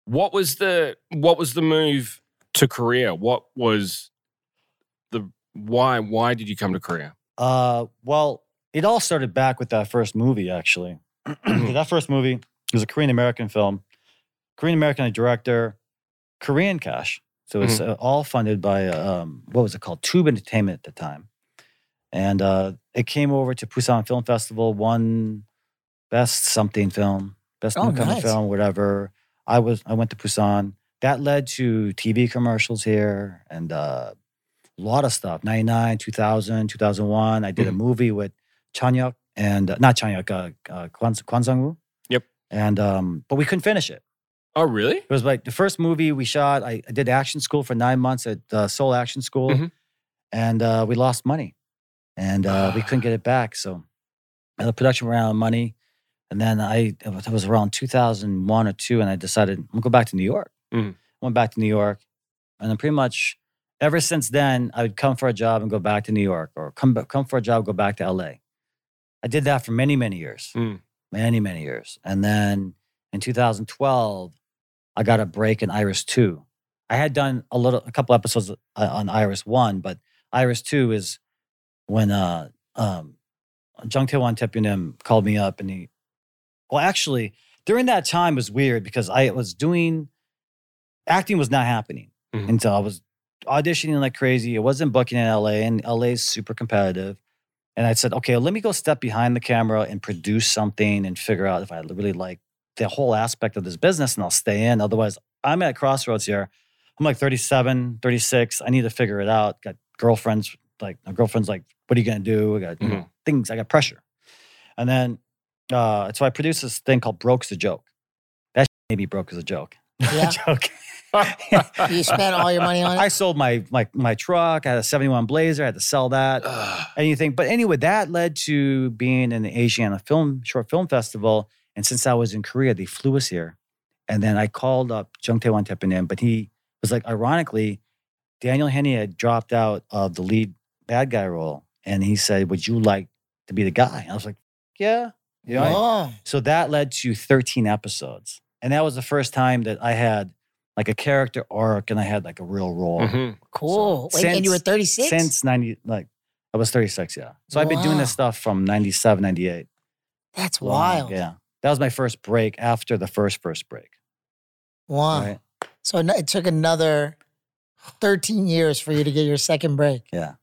What was the what was the move to Korea? What was the why why did you come to Korea?
Uh, well, it all started back with that first movie, actually. that first movie was a Korean American film, Korean American director, Korean cash. So it's
Mm-hmm.
uh, all funded by uh, um, what was it called? Tube Entertainment at the time, and uh, it came over to Busan Film Festival, won best something film, best
Oh,
newcomer
nice.
film, whatever. I was I went to Busan. That led to TV commercials here and uh, a lot of stuff. 99, 2000, 2001. I did a
Mm-hmm.
Mhm.
movie with Chanyeok and uh, not Chanyeok, uh, uh, Kwan, Kwan Sang-woo.
Yep.
And um, but we couldn't finish it.
Oh [laughs] really?
It was like the first movie we shot. I, I did action school for nine months at uh, Seoul Action School,
Mhm.
and uh, we lost money, and uh, we couldn't get it back. So and the production ran out of money, and then I it was- it was around 2001 or two, and I decided I'm gonna go back to New York.
Mhm.
Went back to New York, and then pretty much ever since then, I would come for a job and go back to New York, or come ba- come for a job, go back to L.A. I did that for many many years,
Mm.
many many years, and then in 2012. I got a break in Iris 2. I had done a little, a couple episodes uh, on Iris 1, but Iris 2 is when uh, um, Jung Tae-wan Tepunim called me up and he, well, actually, during that time was weird because I was doing, acting was not happening.
Mhm.
And so I was auditioning like crazy. It wasn't booking in LA and LA is super competitive. And I said, okay, let me go step behind the camera and produce something and figure out if I really like the whole aspect of this business and I'll stay in. Otherwise, I'm at a crossroads here. I'm like 37, 36. I need to figure it out. Got girlfriends, like, my girlfriend's like, what are you going to do? I got you know, things, I got pressure. And then, uh, so I produced this thing called Broke's a Joke. [laughs] That maybe broke as a joke.
Yeah.
joke.
You [laughs] spent all
[laughs]
your money on
I
it.
sold my my my truck. I had a 71 Blazer. I had to sell that.
Ugh.
anything. But anyway, that led to being in the Asiana Film Short Film Festival. And since I was in Korea, they flew us here. And then I called up Jung Tae-wan Tepanin, but he was like, ironically, Daniel Henney had dropped out of the lead bad guy role. And he said, Would you like to be the guy? And I was like, Yeah. You know, I-
Oh,
so that led to 13 episodes. And that was the first time that I had like a character arc and I had like a real role
Mhm.
cool. Wait, and
since-
you were 36?
since 90 like i was 36 yeah so i've been doing this
Wow.
stuff from 97 98
That's
Long,
wild.
yeah that was my first break after the first first break
Wow.
right
So no- it took another 13 years for you to get your second break.
yeah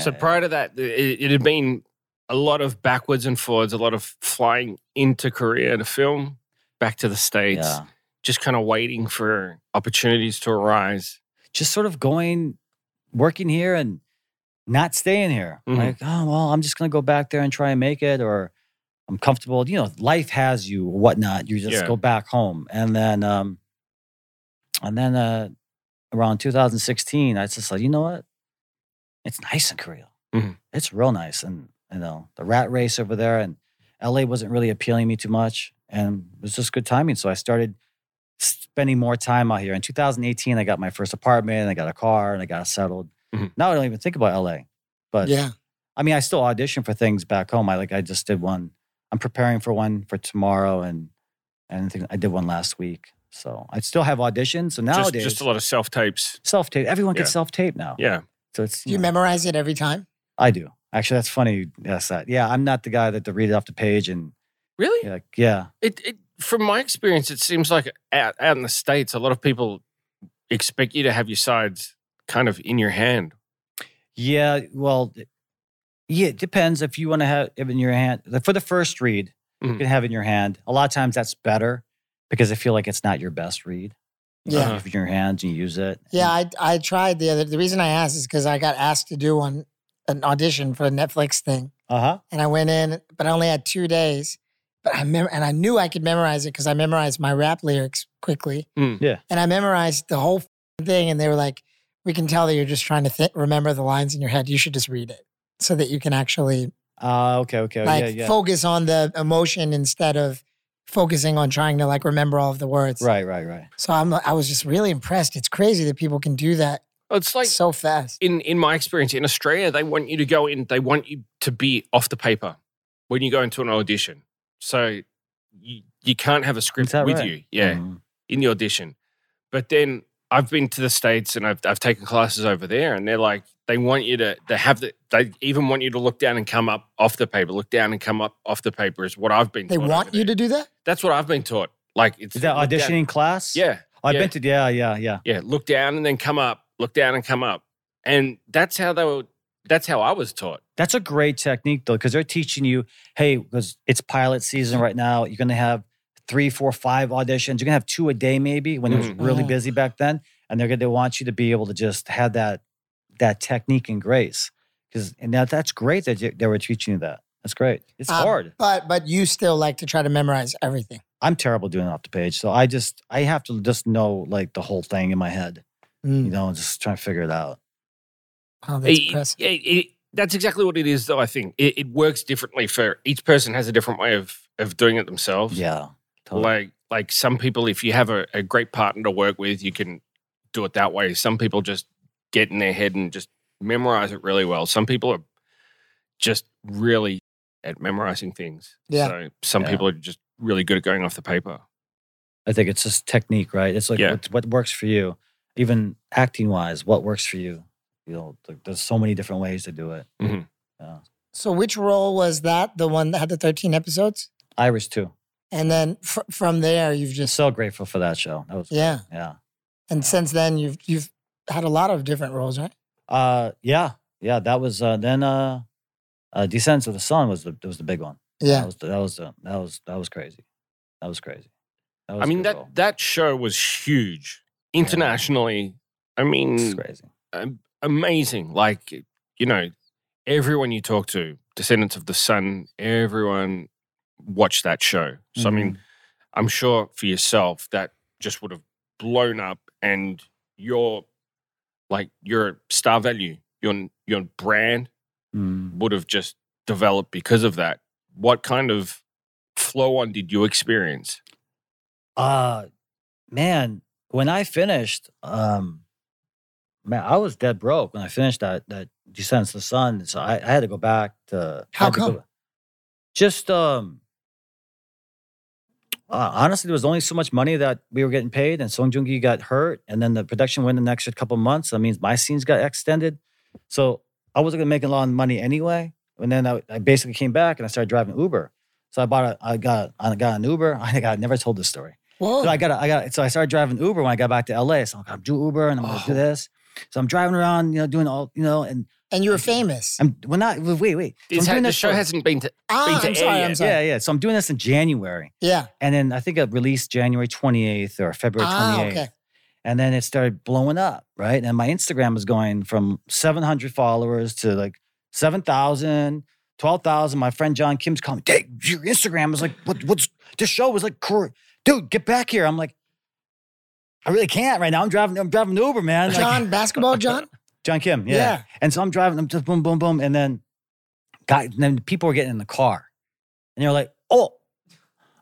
So
Uh,
prior to that, it, it had been a lot of backwards and forwards, a lot of flying into Korea to film, back to the States,
yeah.
just kind of waiting for opportunities to arise.
just sort of going working here and not staying here
Mhm.
like oh well i'm just gonna go back there and try and make it or i'm comfortable you know life has you or whatnot you just
Yeah.
go back home and then um and then uh around 2016 i was just like you know what it's nice in korea
Mhm.
it's real nice and you know the rat race over there and la wasn't really appealing me too much and it was just good timing so i started spending more time out here in 2018 i got my first apartment and i got a car and i got settled
Mhm.
now i don't even think about la but
yeah.
I mean, I still audition for things back home. I like I just did one. I'm preparing for one for tomorrow, and and I, think I did one last week. So I still have auditions. So
Just,
nowadays,
just a lot of self tapes.
self tape. Everyone can
Yeah.
self tape now.
Yeah.
So it's
Do you
know,
memorize it every time?
I do actually. That's funny. you asked that. Yeah, I'm not the guy that to read it off the page and
Really?
you're like yeah.
It, it from my experience, it seems like out, out in the states, a lot of people expect you to have your sides kind of in your hand.
Yeah, well, it- yeah, it depends if you want to have it in your hand like, for the first read.
Mhm.
You can have it in your hand. A lot of times that's better because I feel like it's not your best read. You
Yeah.
have it in your hands and you use it.
Yeah, I, I tried the other. The reason I asked is because I got asked to do one, an audition for a Netflix thing.
Uh huh.
and I went in, but I only had two days. But I mem- and I knew I could memorize it because I memorized my rap lyrics quickly.
Hmm.
Yeah.
and I memorized the whole f***ing thing. And they were like, "We can tell that you're just trying to th- remember the lines in your head. You should just read it so that you can actually
Ah, okay, okay,
like
yeah, yeah.
focus on the emotion instead of focusing on trying to like remember all of the words."
right, right, right.
So I'm I was just really impressed. It's crazy that people can do that
It's like
so fast.
in in my experience in Australia, they want you to go in. They want you to be off the paper when you go into an audition. So you, you can't have a script
that
with
right?
you. Yeah,
Mhm.
in the audition. But then I've been to the states and I've I've taken classes over there, and they're like they want you to they have the they even want you to look down and come up off the paper. Look down and come up off the paper is what I've been.
They
taught
want
over
you
there.
to do that.
That's what I've been taught. Like it's
Is that
look down-
auditioning class?
Yeah.
Oh, I've
yeah.
been to. Yeah, yeah, yeah.
Yeah, look down and then come up. Look down and come up. And that's how they were. That's how I was taught.
That's a great technique though, because they're teaching you, hey, because it's pilot season right now. You're gonna have three, four, five auditions. You're gonna have two a day maybe when it was
Mhm.
really
Mhm.
busy back then, and they're gonna they want you to be able to just have that that technique and grace. Because and that, that's great that you, they were teaching you that. That's great. It's
Um,
hard.
But but you still like to try to memorize everything.
I'm terrible doing it off the page, so I just I have to just know like the whole thing in my head,
Mm.
you know, and just try to figure it out.
Oh, that's
It-
impressive.
it- it- that's exactly what it is, though. I think it, it works differently for each person. Has a different way of of doing it themselves.
Yeah. totally.
Like like some people, if you have a, a great partner to work with, you can do it that way. Some people just get in their head and just memorize it really well. Some people are just really at memorizing things.
Yeah.
So some
Yeah.
people are just really good at going off the paper.
I think it's just technique, right? It's like
Yeah.
what, what works for you, even acting wise, what works for you. You know, like, there's so many different ways to do it.
So which role was that? The one that had the 13 episodes?
Iris too.
And then fr- from there you've
Just
just
so grateful for that show. That was yeah.
yeah. And since then you've you've had a lot of different roles, right?
Uh, yeah, yeah. That was uh, then. Uh, uh, Descents of the Sun was the was the big one.
Yeah.
That was the, that was the, that was that was crazy. That was crazy. That was
I
a
mean
good
that
role.
that show was huge internationally. I
It's
mean,
crazy.
am- amazing. Like, you know, everyone you talk to, Descendants of the Sun, everyone
Mm-hmm.
watched that show. So, I mean, I'm sure for yourself that just would have blown up and your like your star value, your your brand
Mm.
would have just developed because of that. What kind of flow on did you experience?
Uh man, when I finished, um man, I was dead broke when I finished that that Descends to the Sun. So I, I had to go back to
How
had to go-
come?
just um uh, honestly, there was only so much money that we were getting paid, and Song Joong Ki got hurt, and then the production went an extra couple months. That means my scenes got extended, so I wasn't gonna make a lot of money anyway. And then I, I basically came back and I started driving Uber. So I bought a, I got, I got an Uber. [laughs] I got, I never told this story.
Whoa.
So I got, I got, so I started driving Uber when I got back to LA. So I'm like, I'm do Uber and I'm gonna do
Oh.
this. So I'm driving around, you know, doing all, you know, and
and you were famous.
I'm, well, not, wait, wait. So I'm
This ha-
doing
the
this
show
for-
hasn't been to [laughs]
Ah,
been
I'm
to
sorry.
air
I'm
yet.
sorry.
yeah, yeah. So I'm doing this in January,
Yeah.
and then I think it released January 28th or February 28th,
Ah, okay.
and then it started blowing up, right? And my Instagram was going from 700 followers to like 7,000. 12,000. My friend John Kim's calling me, Dave, your Instagram was like, what, what's this show was like, cor- dude, get back here. I'm like, I really can't right now. I'm driving, I'm driving Uber, man. Like-
John,
[laughs]
basketball John?
John Kim, yeah.
Yeah.
And so I'm driving, I'm just boom, boom, boom. And then guy, then people are getting in the car. And they're like, oh,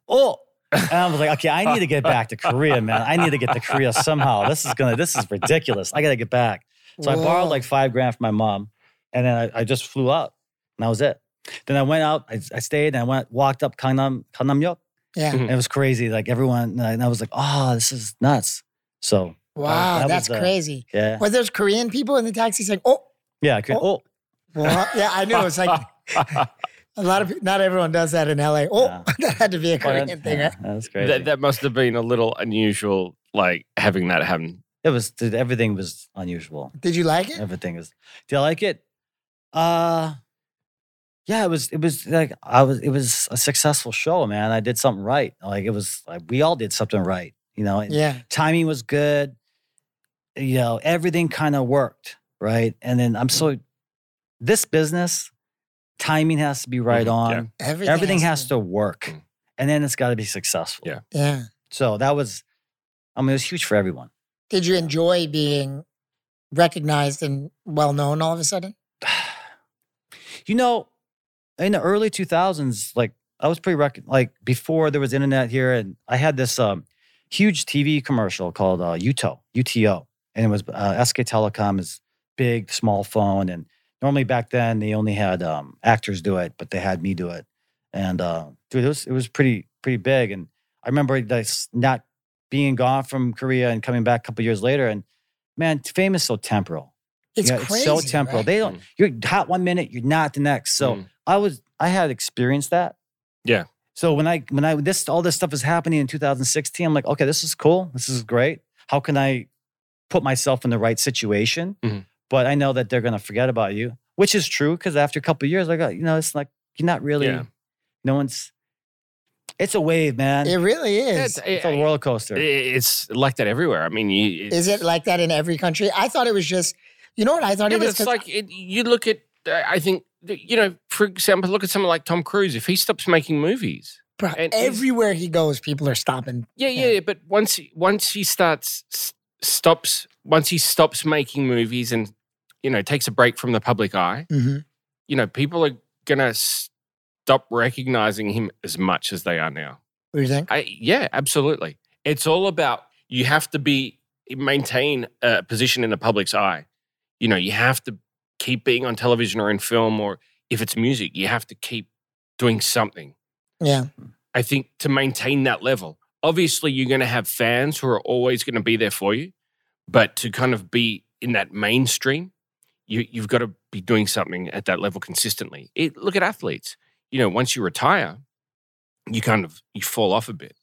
oh. And I was like, okay, I need to get back to Korea, man. I need to get to Korea somehow. This is gonna, this is ridiculous. I gotta get back. So I borrowed
Whoa.
like five grand from my mom. And then I, I just flew out. And that was it. Then I went out, I, I stayed, and I went, walked up Gangnam, Gangnamyeok. [laughs]
Hmm.
Yeah.
And it was crazy. Like everyone, and I was like, oh, this is nuts. So
Wow,
that was,
that's
uh,
crazy.
yeah.
Were there's Korean people in the taxi saying, "Oh,
Yeah. I could,
Oh.
oh. [laughs]
what? yeah, I knew." It's like a lot of pe- not everyone does that in LA. Oh,
Yeah.
[laughs]
uh,
that had to be a
Yeah,
Korean thing.
yeah,
right?
That's crazy.
that, that must have been a little unusual, like having that happen.
it was dude, everything was unusual.
Did you like it?
Everything was. Do you like it? Uh yeah, it was. It was like I was. It was a successful show, man. I did something right. Like it was. Like, we all did something right. You know, and
Yeah.
timing was good. You know, everything kind of worked right. And then I'm so this business timing has to be right
Mhm,
on.
yeah.
Everything.
Everything has to work,
Mm.
and then it's got to be successful.
Yeah.
Yeah.
So that was. I mean, it was huge for everyone.
Did you enjoy being recognized and well known all of a sudden?
you know, in the early 2000s, like I was pretty rec- like before there was internet here, and I had this um, huge TV commercial called uh, UTO, UTO, and it was uh, SK Telecom is big, small phone, and normally back then they only had um, actors do it, but they had me do it, and uh, dude, it was it was pretty pretty big, and I remember this not being gone from Korea and coming back a couple years later, and man, fame is so temporal.
It's
Yeah,
crazy.
so temporal.
right?
They don't.
Mm.
You're hot one minute, you're not the next. So
Mm.
I was, I had experienced that.
Yeah.
So when I, when I, this, all this stuff is happening in 2016, I'm like, okay, this is cool. This is great. How can I put myself in the right situation?
Mhm.
But I know that they're going to forget about you, which is true. Cause after a couple of years, I got, you know, it's like, you're not really,
Yeah.
no one's, it's a wave, man.
It really
Mm. it's,
is.
it's a
it-
roller coaster.
it's like that everywhere. I mean, you,
Is it like that in every country? I thought it was just. You know what I thought
Yeah,
it
but
was?
it's
'Cause-
like it, you look at. uh, I think that, you know, for example, look at someone like Tom Cruise. If he stops making movies,
Bro,
and is-
everywhere he goes, people are stopping.
yeah,
Yeah.
yeah. yeah, But once he- once he starts s- stops once he stops making movies and you know takes a break from the public eye,
Mhm.
you know, people are gonna stop recognizing him as much as they are now.
What do you think?
I, yeah, absolutely. It's all about you have to be maintain a position in the public's eye. You know, you have to keep being on television or in film, or if it's music, you have to keep doing something.
Yeah.
I think to maintain that level, obviously, you're going to have fans who are always going to be there for you, but to kind of be in that mainstream, you, you've got to be doing something at that level consistently. It, look at athletes. You know, once you retire, you kind of you fall off a bit.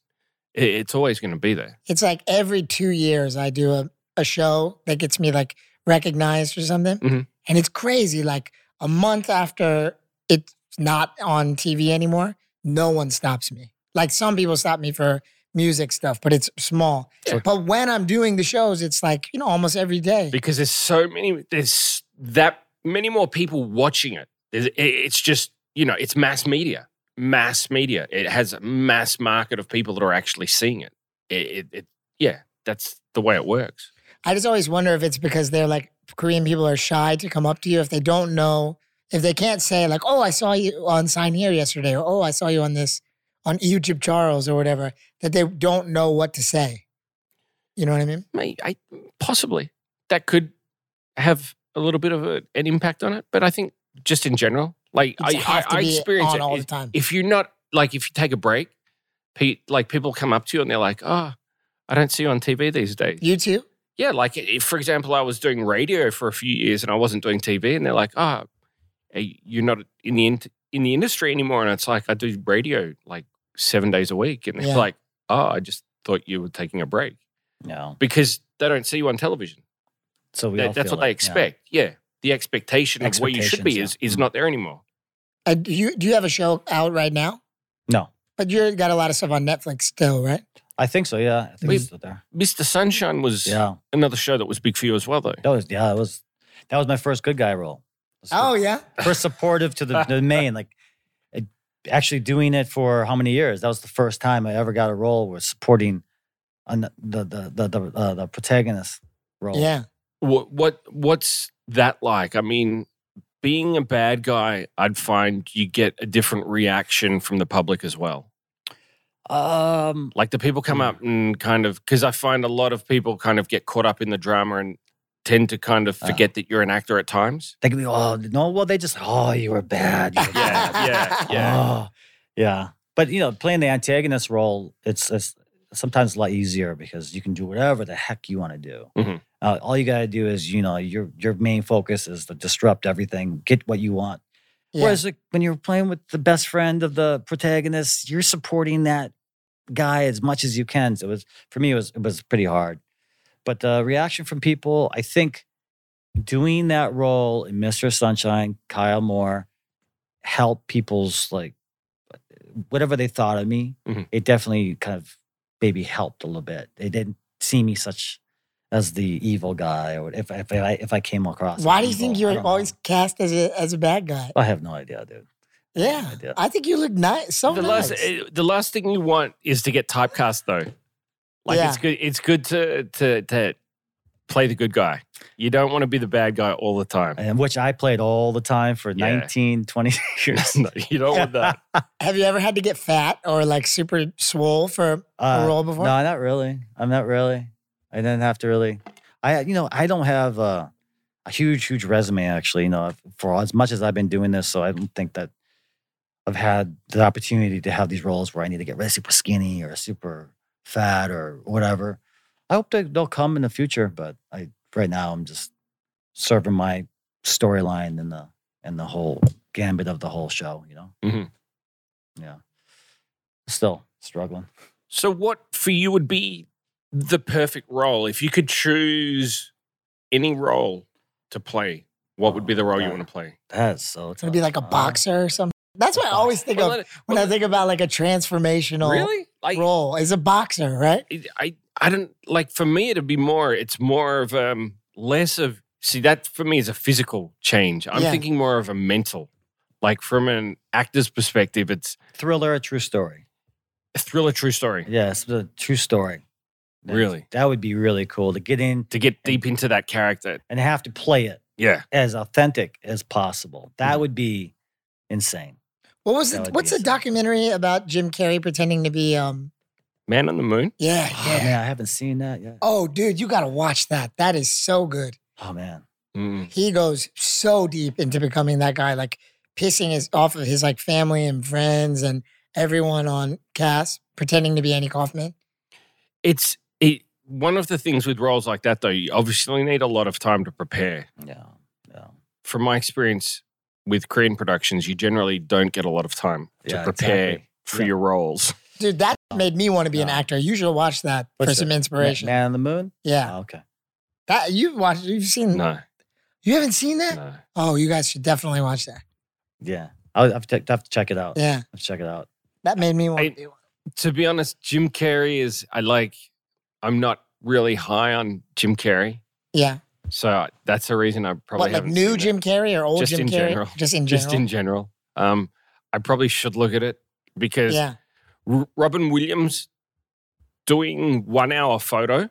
It- it's always going to be there.
It's like every two years I do a, a show that gets me like recognized or something.
Mhm.
And it's crazy. Like a month after it's not on TV anymore, no one stops me. Like some people stop me for music stuff, but it's small.
Yeah.
But when I'm doing the shows, it's like, you know, almost every day.
because there's so many there's that many more people watching it there's, it- it's just you know it's mass media mass media it has a mass market of people that are actually seeing it it, it, it yeah that's the way it works.
I just always wonder if it's because they're like Korean people are shy to come up to you if they don't know if they can't say like, "Oh, I saw you on Sign Here yesterday," or "Oh, I saw you on this on YouTube Charles" or whatever, that they don't know what to say. You know what I mean?
May I possibly that could have a little bit of a, an impact on it, but I think just in general, like
You
I,
just have
I,
to
I
be
experience
on
it.
all
If-
the time.
if you're not like if you take a break, pe- like people come up to you and they're like, "Oh, I don't see you on TV these days."
you too?
Yeah, like if, for example, I was doing radio for a few years and I wasn't doing TV, and they're like, "Ah, eh, you're not in the in, in the industry anymore," and it's like I do radio like seven days a week, and they're
Yeah.
like, "Oh, I just thought you were taking a break
No.
because they don't see you on television.
So we
That-
all
that's
feel
what they
it, yeah.
expect. Yeah, the expectation of where you should be
Expectations,
is is not there anymore.
Uh, do you do you have a show out right now?
No.
But you got a lot of stuff on Netflix still, right?
I think so, yeah. I think
We-
it's still there.
Mr. Sunshine was
Yeah.
another show that was big for you as well, though.
That was yeah, that was that was my first good guy role.
Oh yeah.
first supportive to
[laughs]
the, the main. Like it- actually doing it for how many years? That was the first time I ever got a role where supporting an, the the the the, uh, the protagonist role.
Yeah.
what what what's that like? I mean, being a bad guy, I'd find you get a different reaction from the public as well.
Um.
Like the people come up and kind of because I find a lot of people kind of get caught up in the drama and tend to kind of
Ah.
forget that you're an actor at times.
They could be oh no, well they just oh you were bad.
[laughs]
You were bad. [laughs]
yeah, [laughs] yeah.
Oh, yeah. But you know, playing the antagonist role, it's it's sometimes a lot easier because you can do whatever the heck you want to do.
Mhm.
Uh, all you gotta do is, you know, your your main focus is to disrupt everything, get what you want.
Yeah.
Whereas like, when you're playing with the best friend of the protagonist, you're supporting that guy as much as you can. So it was for me, it was it was pretty hard. But the reaction from people, I think doing that role in Mr. Sunshine, Kyle Moore, helped people's like whatever they thought of me,
Mm-hmm.
Mhm.
it definitely kind of maybe helped a little bit. They didn't see me such as the evil guy or if if I if I came across. as
Why do you
evil,
think
I
you're
don't know.
always cast as a as a bad guy?
I have no idea, dude.
Yeah.
idea.
I think you look nice. So
the
nice.
last eh, the last thing you want is to get typecast though. Like
Yeah.
it's good it's good to to to play the good guy. You don't want to be the bad guy all the [laughs] time.
and which I played all the time for
Yeah.
nineteen, twenty [laughs]
[laughs]
19, 20
No,
years.
you don't want that.
Have you ever had to get fat or like super swole for
Uh,
a role before?
No, not really. I'm not really. I didn't have to really. I, you know, I don't have a, a huge, huge resume actually. You know, I've- for as much as I've been doing this, so I don't think that I've had the opportunity to have these roles where I need to get really super skinny or super fat or whatever. I hope they, they'll come in the future, but I right now I'm just serving my storyline and the and the whole gambit of the whole show. You know.
Mhm.
Yeah. Still struggling.
So, what for you would be the perfect role if you could choose any role to play? What would be
Oh,
the role you want to play?
That's so.
It's gonna be like
uh,
a boxer or something. That's what I always think
Well,
of
let-
when
well,
I think about like a transformational
really, like
role. Is a boxer, right?
it- I, I don't like. For me, it'd be more. It's more of um, less of. See, that for me is a physical change. I'm
Yeah.
thinking more of a mental. Like from an actor's perspective, it's
thriller, a true story.
a thriller, true story.
Yes, the true story. That-
Really,
that would be really cool to get in
to get deep into that character.
and have to play it
Yeah,
as authentic as possible. That
Mhm.
would be insane.
What was
That
the,
would
what's
be
the
a-
documentary about Jim Carrey pretending to be um
Man on the Moon.
yeah,
Oh,
yeah.
man, I haven't seen that yet.
Oh dude, you gotta watch that. That is so good.
Oh man,
Mm.
He goes so deep into becoming that guy, like pissing his off of his like family and friends and everyone on cast, pretending to be Annie Kaufman.
it's it, one of the things with roles like that though you obviously need a lot of time to prepare
yeah, yeah.
from my experience with korean productions you generally don't get a lot of time to
Yeah,
prepare
exactly.
for
Yeah.
your
[laughs]
roles
Dude, that made me want to be an
No.
actor. You should watch that
What's
for some
that? Ma-
inspiration.
Man on the Moon.
Yeah.
Oh, okay.
That you've watched you've seen
no
you haven't seen that?
no
Oh, you guys should definitely watch that.
Yeah, I'll have to, have to check it out. Yeah.
Yeah.
Have to check it out.
That made me want
I-
to be one.
to be honest jim carrey is i like i'm not really high on jim carrey
Yeah.
so that's the reason i probably
What like
haven't
new
seen it.
Jim Carrey or old
Just
Jim
in
Carrey?
general.
Just in general.
just in general um i probably should look at it because
yeah.
R- Robin Williams doing one hour photo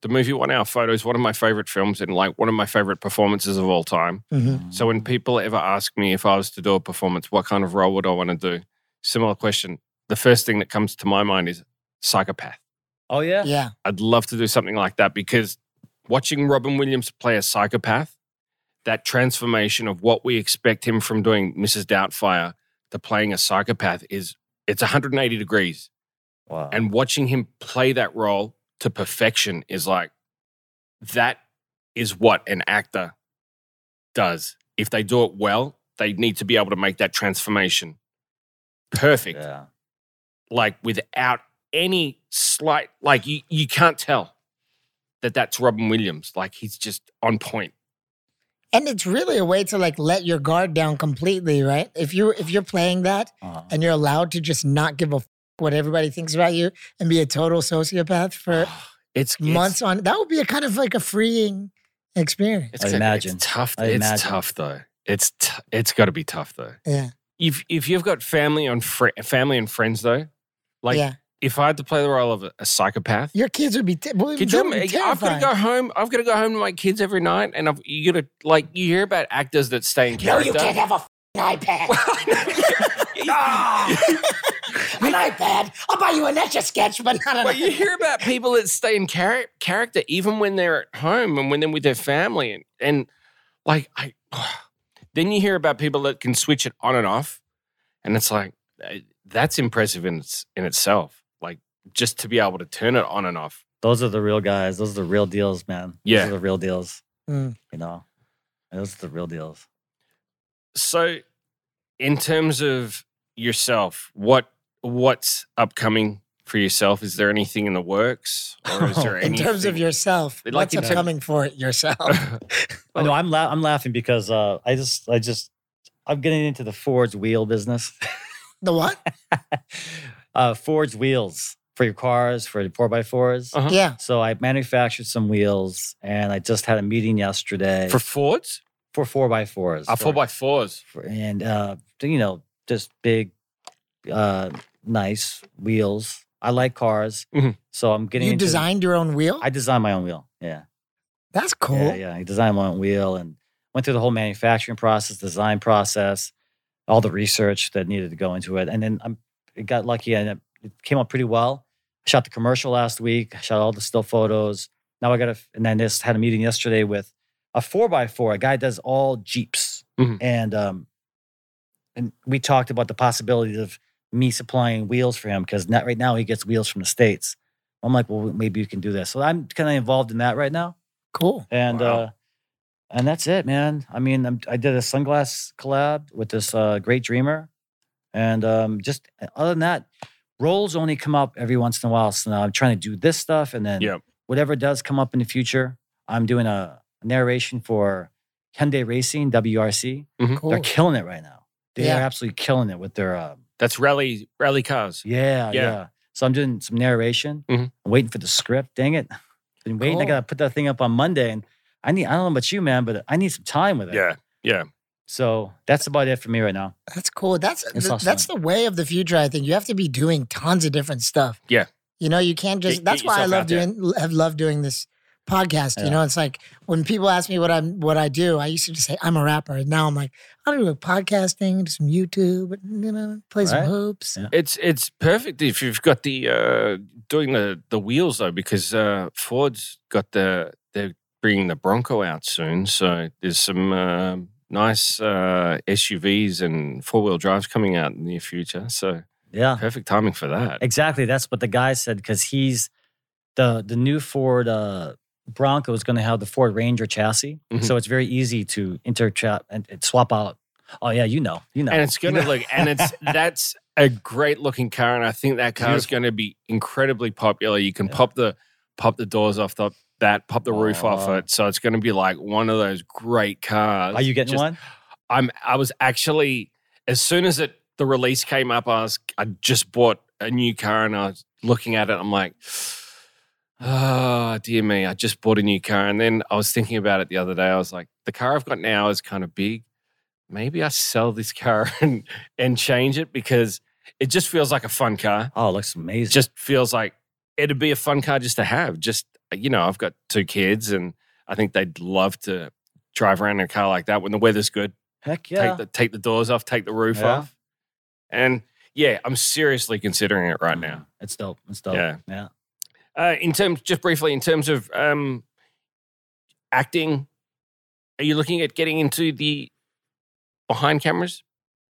The movie One Hour Photo is one of my favorite films and like one of my favorite performances of all time.
hmm
Mm.
So when people ever ask me if I was to do a performance, what kind of role would I want to do? Similar question. The first thing that comes to my mind is psychopath.
oh yeah,
Yeah.
I'd love to do something like that because watching Robin Williams play a psychopath, that transformation of what we expect him from doing Mrs. Doubtfire to playing a psychopath is it's 180 degrees.
wow.
And watching him play that role to perfection is like that is what an actor does. If they do it well, they need to be able to make that transformation perfect
yeah,
like without any slight like you you can't tell that that's Robin Williams like he's just on point
And it's really a way to like let your guard down completely, right? If you if you're playing that
Uh-huh.
and you're allowed to just not give a f- what everybody thinks about you and be a total sociopath for
[sighs] it's it's-
months on, that would be a kind of like a freeing experience.
it's,
I
it's
imagine.
tough
I
it's
imagine.
tough though it's t- it's got to be tough though
Yeah.
if if you've got family on fr- family and friends though like
yeah.
if I had to play the role of a, a psychopath
Your kids would be, t- well,
Could
they
you,
would be
I've got
terrified.
to go home. I've got to go home to my kids every night, and I've, you got to like you hear about actors that stay in character.
have a f- iPad.
[laughs]
[laughs] an iPad. I'll buy you an etch a sketch, but not an
Well, you hear about people that stay in char- character even when they're at home and when they're with their family, and, and like I, [sighs] then you hear about people that can switch it on and off, and it's like uh, that's impressive in its, in itself. Like just to be able to turn it on and off.
those are the real guys. Those are the real deals, man.
Yeah.
those are the real deals.
Mm.
You know, those are the real deals.
So, in terms of yourself, what what's upcoming for yourself? Is there anything in the works, or is there
[laughs] In
anything?
terms of yourself,
Like
what's
in term-
upcoming for it yourself?
[laughs] I
Oh.
know I'm la- I'm laughing because uh, I just I just I'm getting into the Ford's wheel business. [laughs]
the what?
Uh-huh. uh, Ford's wheels for your cars for the four by 4s
Uh-huh.
Yeah.
So I manufactured some wheels, and I just had a meeting yesterday
[laughs] for Fords,
for four by fours.
uh, four by fours.
for- and uh, you know, just big, uh, nice wheels. I like cars,
Mhm.
so I'm getting.
You
into-
designed your own wheel?
I designed my own wheel. Yeah,
That's cool.
yeah, yeah. I designed my own wheel and went through the whole manufacturing process, design process, all the research that needed to go into it, and then I'm it got lucky and it, it came out pretty well. I shot the commercial last week. I shot all the still photos. Now I got to, and then just had a meeting yesterday with a four by four, a guy does all Jeeps,
Mhm.
and um, and we talked about the possibility of me supplying wheels for him because not right now he gets wheels from the states. I'm like, well, maybe you can do this. So I'm kind of involved in that right now
Cool.
and
Wow.
uh and that's it man i mean I'm, i did a sunglass collab with this uh great dreamer and um just other than that roles only come up every once in a while so now i'm trying to do this stuff and then
Yep.
whatever does come up in the future i'm doing a narration for hyundai racing wrc
Cool.
they're killing it right now they
Yeah.
are absolutely killing it with their uh,
That's rally rally cars.
yeah, yeah
Yeah.
so i'm doing some narration
Mhm.
i'm waiting for the script dang it been waiting i
Cool.
gotta put that thing up on monday and i need i don't know about you man but i need some time with it
Yeah, yeah.
so that's about it for me right now.
That's cool. That's
It's
th-
awesome.
that's the way of the future. I think you have to be doing tons of different stuff.
Yeah.
You know, you can't just.
Get-
that's
get
why I
yourself
love
out there.
doing. l- Have loved doing this podcast.
Yeah.
You know, it's like when people ask me what I'm what I do. I used to just say I'm a rapper, and now I'm like I do a podcast thing, do some YouTube, and, you know, play some
Right.
hoops.
Yeah.
It's it's perfect if you've got the uh, doing the the wheels though because uh, Ford's got the they're bringing the Bronco out soon, so there's some uh, nice uh, SUVs and four wheel drives coming out in the near future. So
Yeah,
[laughs] perfect timing for that.
exactly. That's what the guy said because he's the the new Ford uh, Bronco is going to have the Ford Ranger chassis,
Mhm.
so it's very easy to interchop and, and swap out. Oh yeah, you know, you know.
And it's going to
You know.
look, and it's that's a great looking car, and I think that car is going to be incredibly popular. You can
Yeah.
pop the pop the doors off the, that, pop the roof off
Aw.
it, so it's going to be like one of those great cars.
[laughs] Are you getting
Just-
one?
I'm. I was actually as soon as it the release came up, I was. I just bought a new car, and I was looking at it. I'm like. Oh dear me! I just bought a new car, and then I was thinking about it the other day. I was like, the car I've got now is kind of big. Maybe I sell this car [laughs] and and change it because it just feels like a fun car.
Oh, it looks amazing.
It just feels like it'd be a fun car just to have. Just you know, I've got two kids and I think they'd love to drive around in a car like that when the weather's good.
Heck yeah.
Take the take the doors off, take the roof
Yeah.
off. And yeah, I'm seriously considering it right now.
It's dope. It's dope.
Yeah.
Yeah.
Uh, in terms, just briefly, in terms of um, acting, are you looking at getting into the behind cameras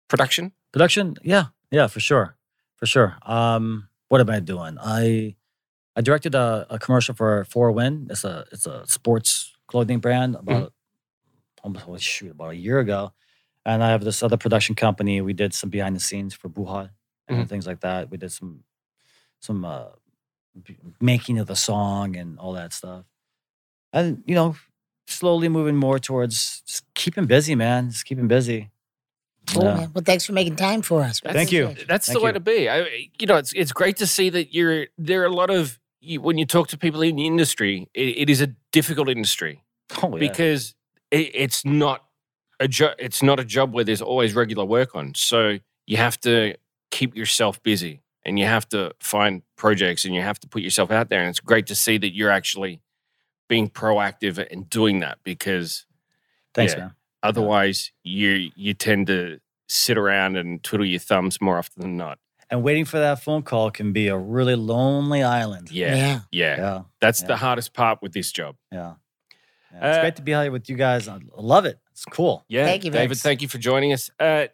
production?
Production? Yeah. Yeah, for sure. For sure. Um, what am I doing? I I directed a, a commercial for Four Win. It's a it's a sports clothing brand
Mm-hmm.
about almost oh, shoot, about a year ago. And I have this other production company. We did some behind the scenes for Buhal and
Mhm.
things like that. We did some some uh, b- making of the song and all that stuff. And you know, slowly moving more towards just keeping busy, man. Just keeping busy. [laughs]
Cool,
Yeah.
man. Well, thanks for making time for us. We
Thank you.
appreciate
That's the
Thank
way
you.
to be. I, you know, it's it's great to see that you're. There are a lot of you, when you talk to people in the industry, it, it is a difficult industry
Oh, yeah.
because it, it's not a job. It's not a job where there's always regular work on. So you have to keep yourself busy, and you have to find projects, and you have to put yourself out there. And it's great to see that you're actually being proactive and doing that because
Thanks,
yeah.
man.
otherwise you you tend to sit around and twiddle your thumbs more often than not.
and waiting for that phone call can be a really lonely island.
it.
Yeah.
Yeah.
Yeah.
yeah,
That's
Yeah.
the hardest part with this job.
yeah. Yeah, It's
Uh,
great to be here with you guys. I love it. It's cool.
Yeah.
Thank you,
David.
Max.
Thank you for joining us. Uh,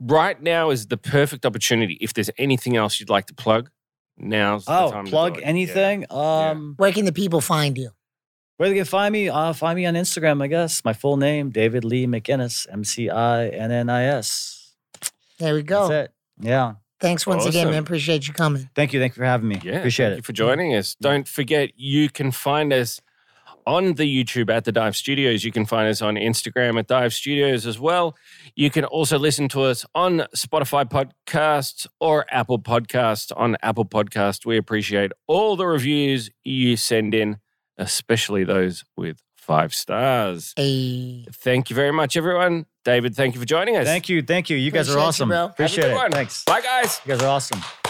right now is the perfect opportunity. If there's anything else you'd like to plug, now's the
Oh,
time. to do
plug
it. Yeah.
anything. Um,
Where can the people find you?
where they can find me? Uh, find me on Instagram, I guess. My full name, David Lee McInnes, M C I N N I S.
There we
That's
go.
it. Yeah.
Thanks once again,
Awesome.
man. Appreciate you coming.
Thank you. Thank you for having me.
Yeah,
Appreciate it.
thank you for joining us. Don't forget, you can find us on the YouTube at the Dive Studios. You can find us on Instagram at Dive Studios as well. You can also listen to us on Spotify podcasts or Apple Podcasts. On Apple Podcasts, we appreciate all the reviews you send in, especially those with five stars.
Hey.
Thank you very much, everyone. David, thank you for joining us.
Thank you. Thank you. You guys
Appreciate
are
you,
awesome.
bro. Have a
Appreciate
good
it.
one.
Thanks.
Bye, guys.
You guys are awesome.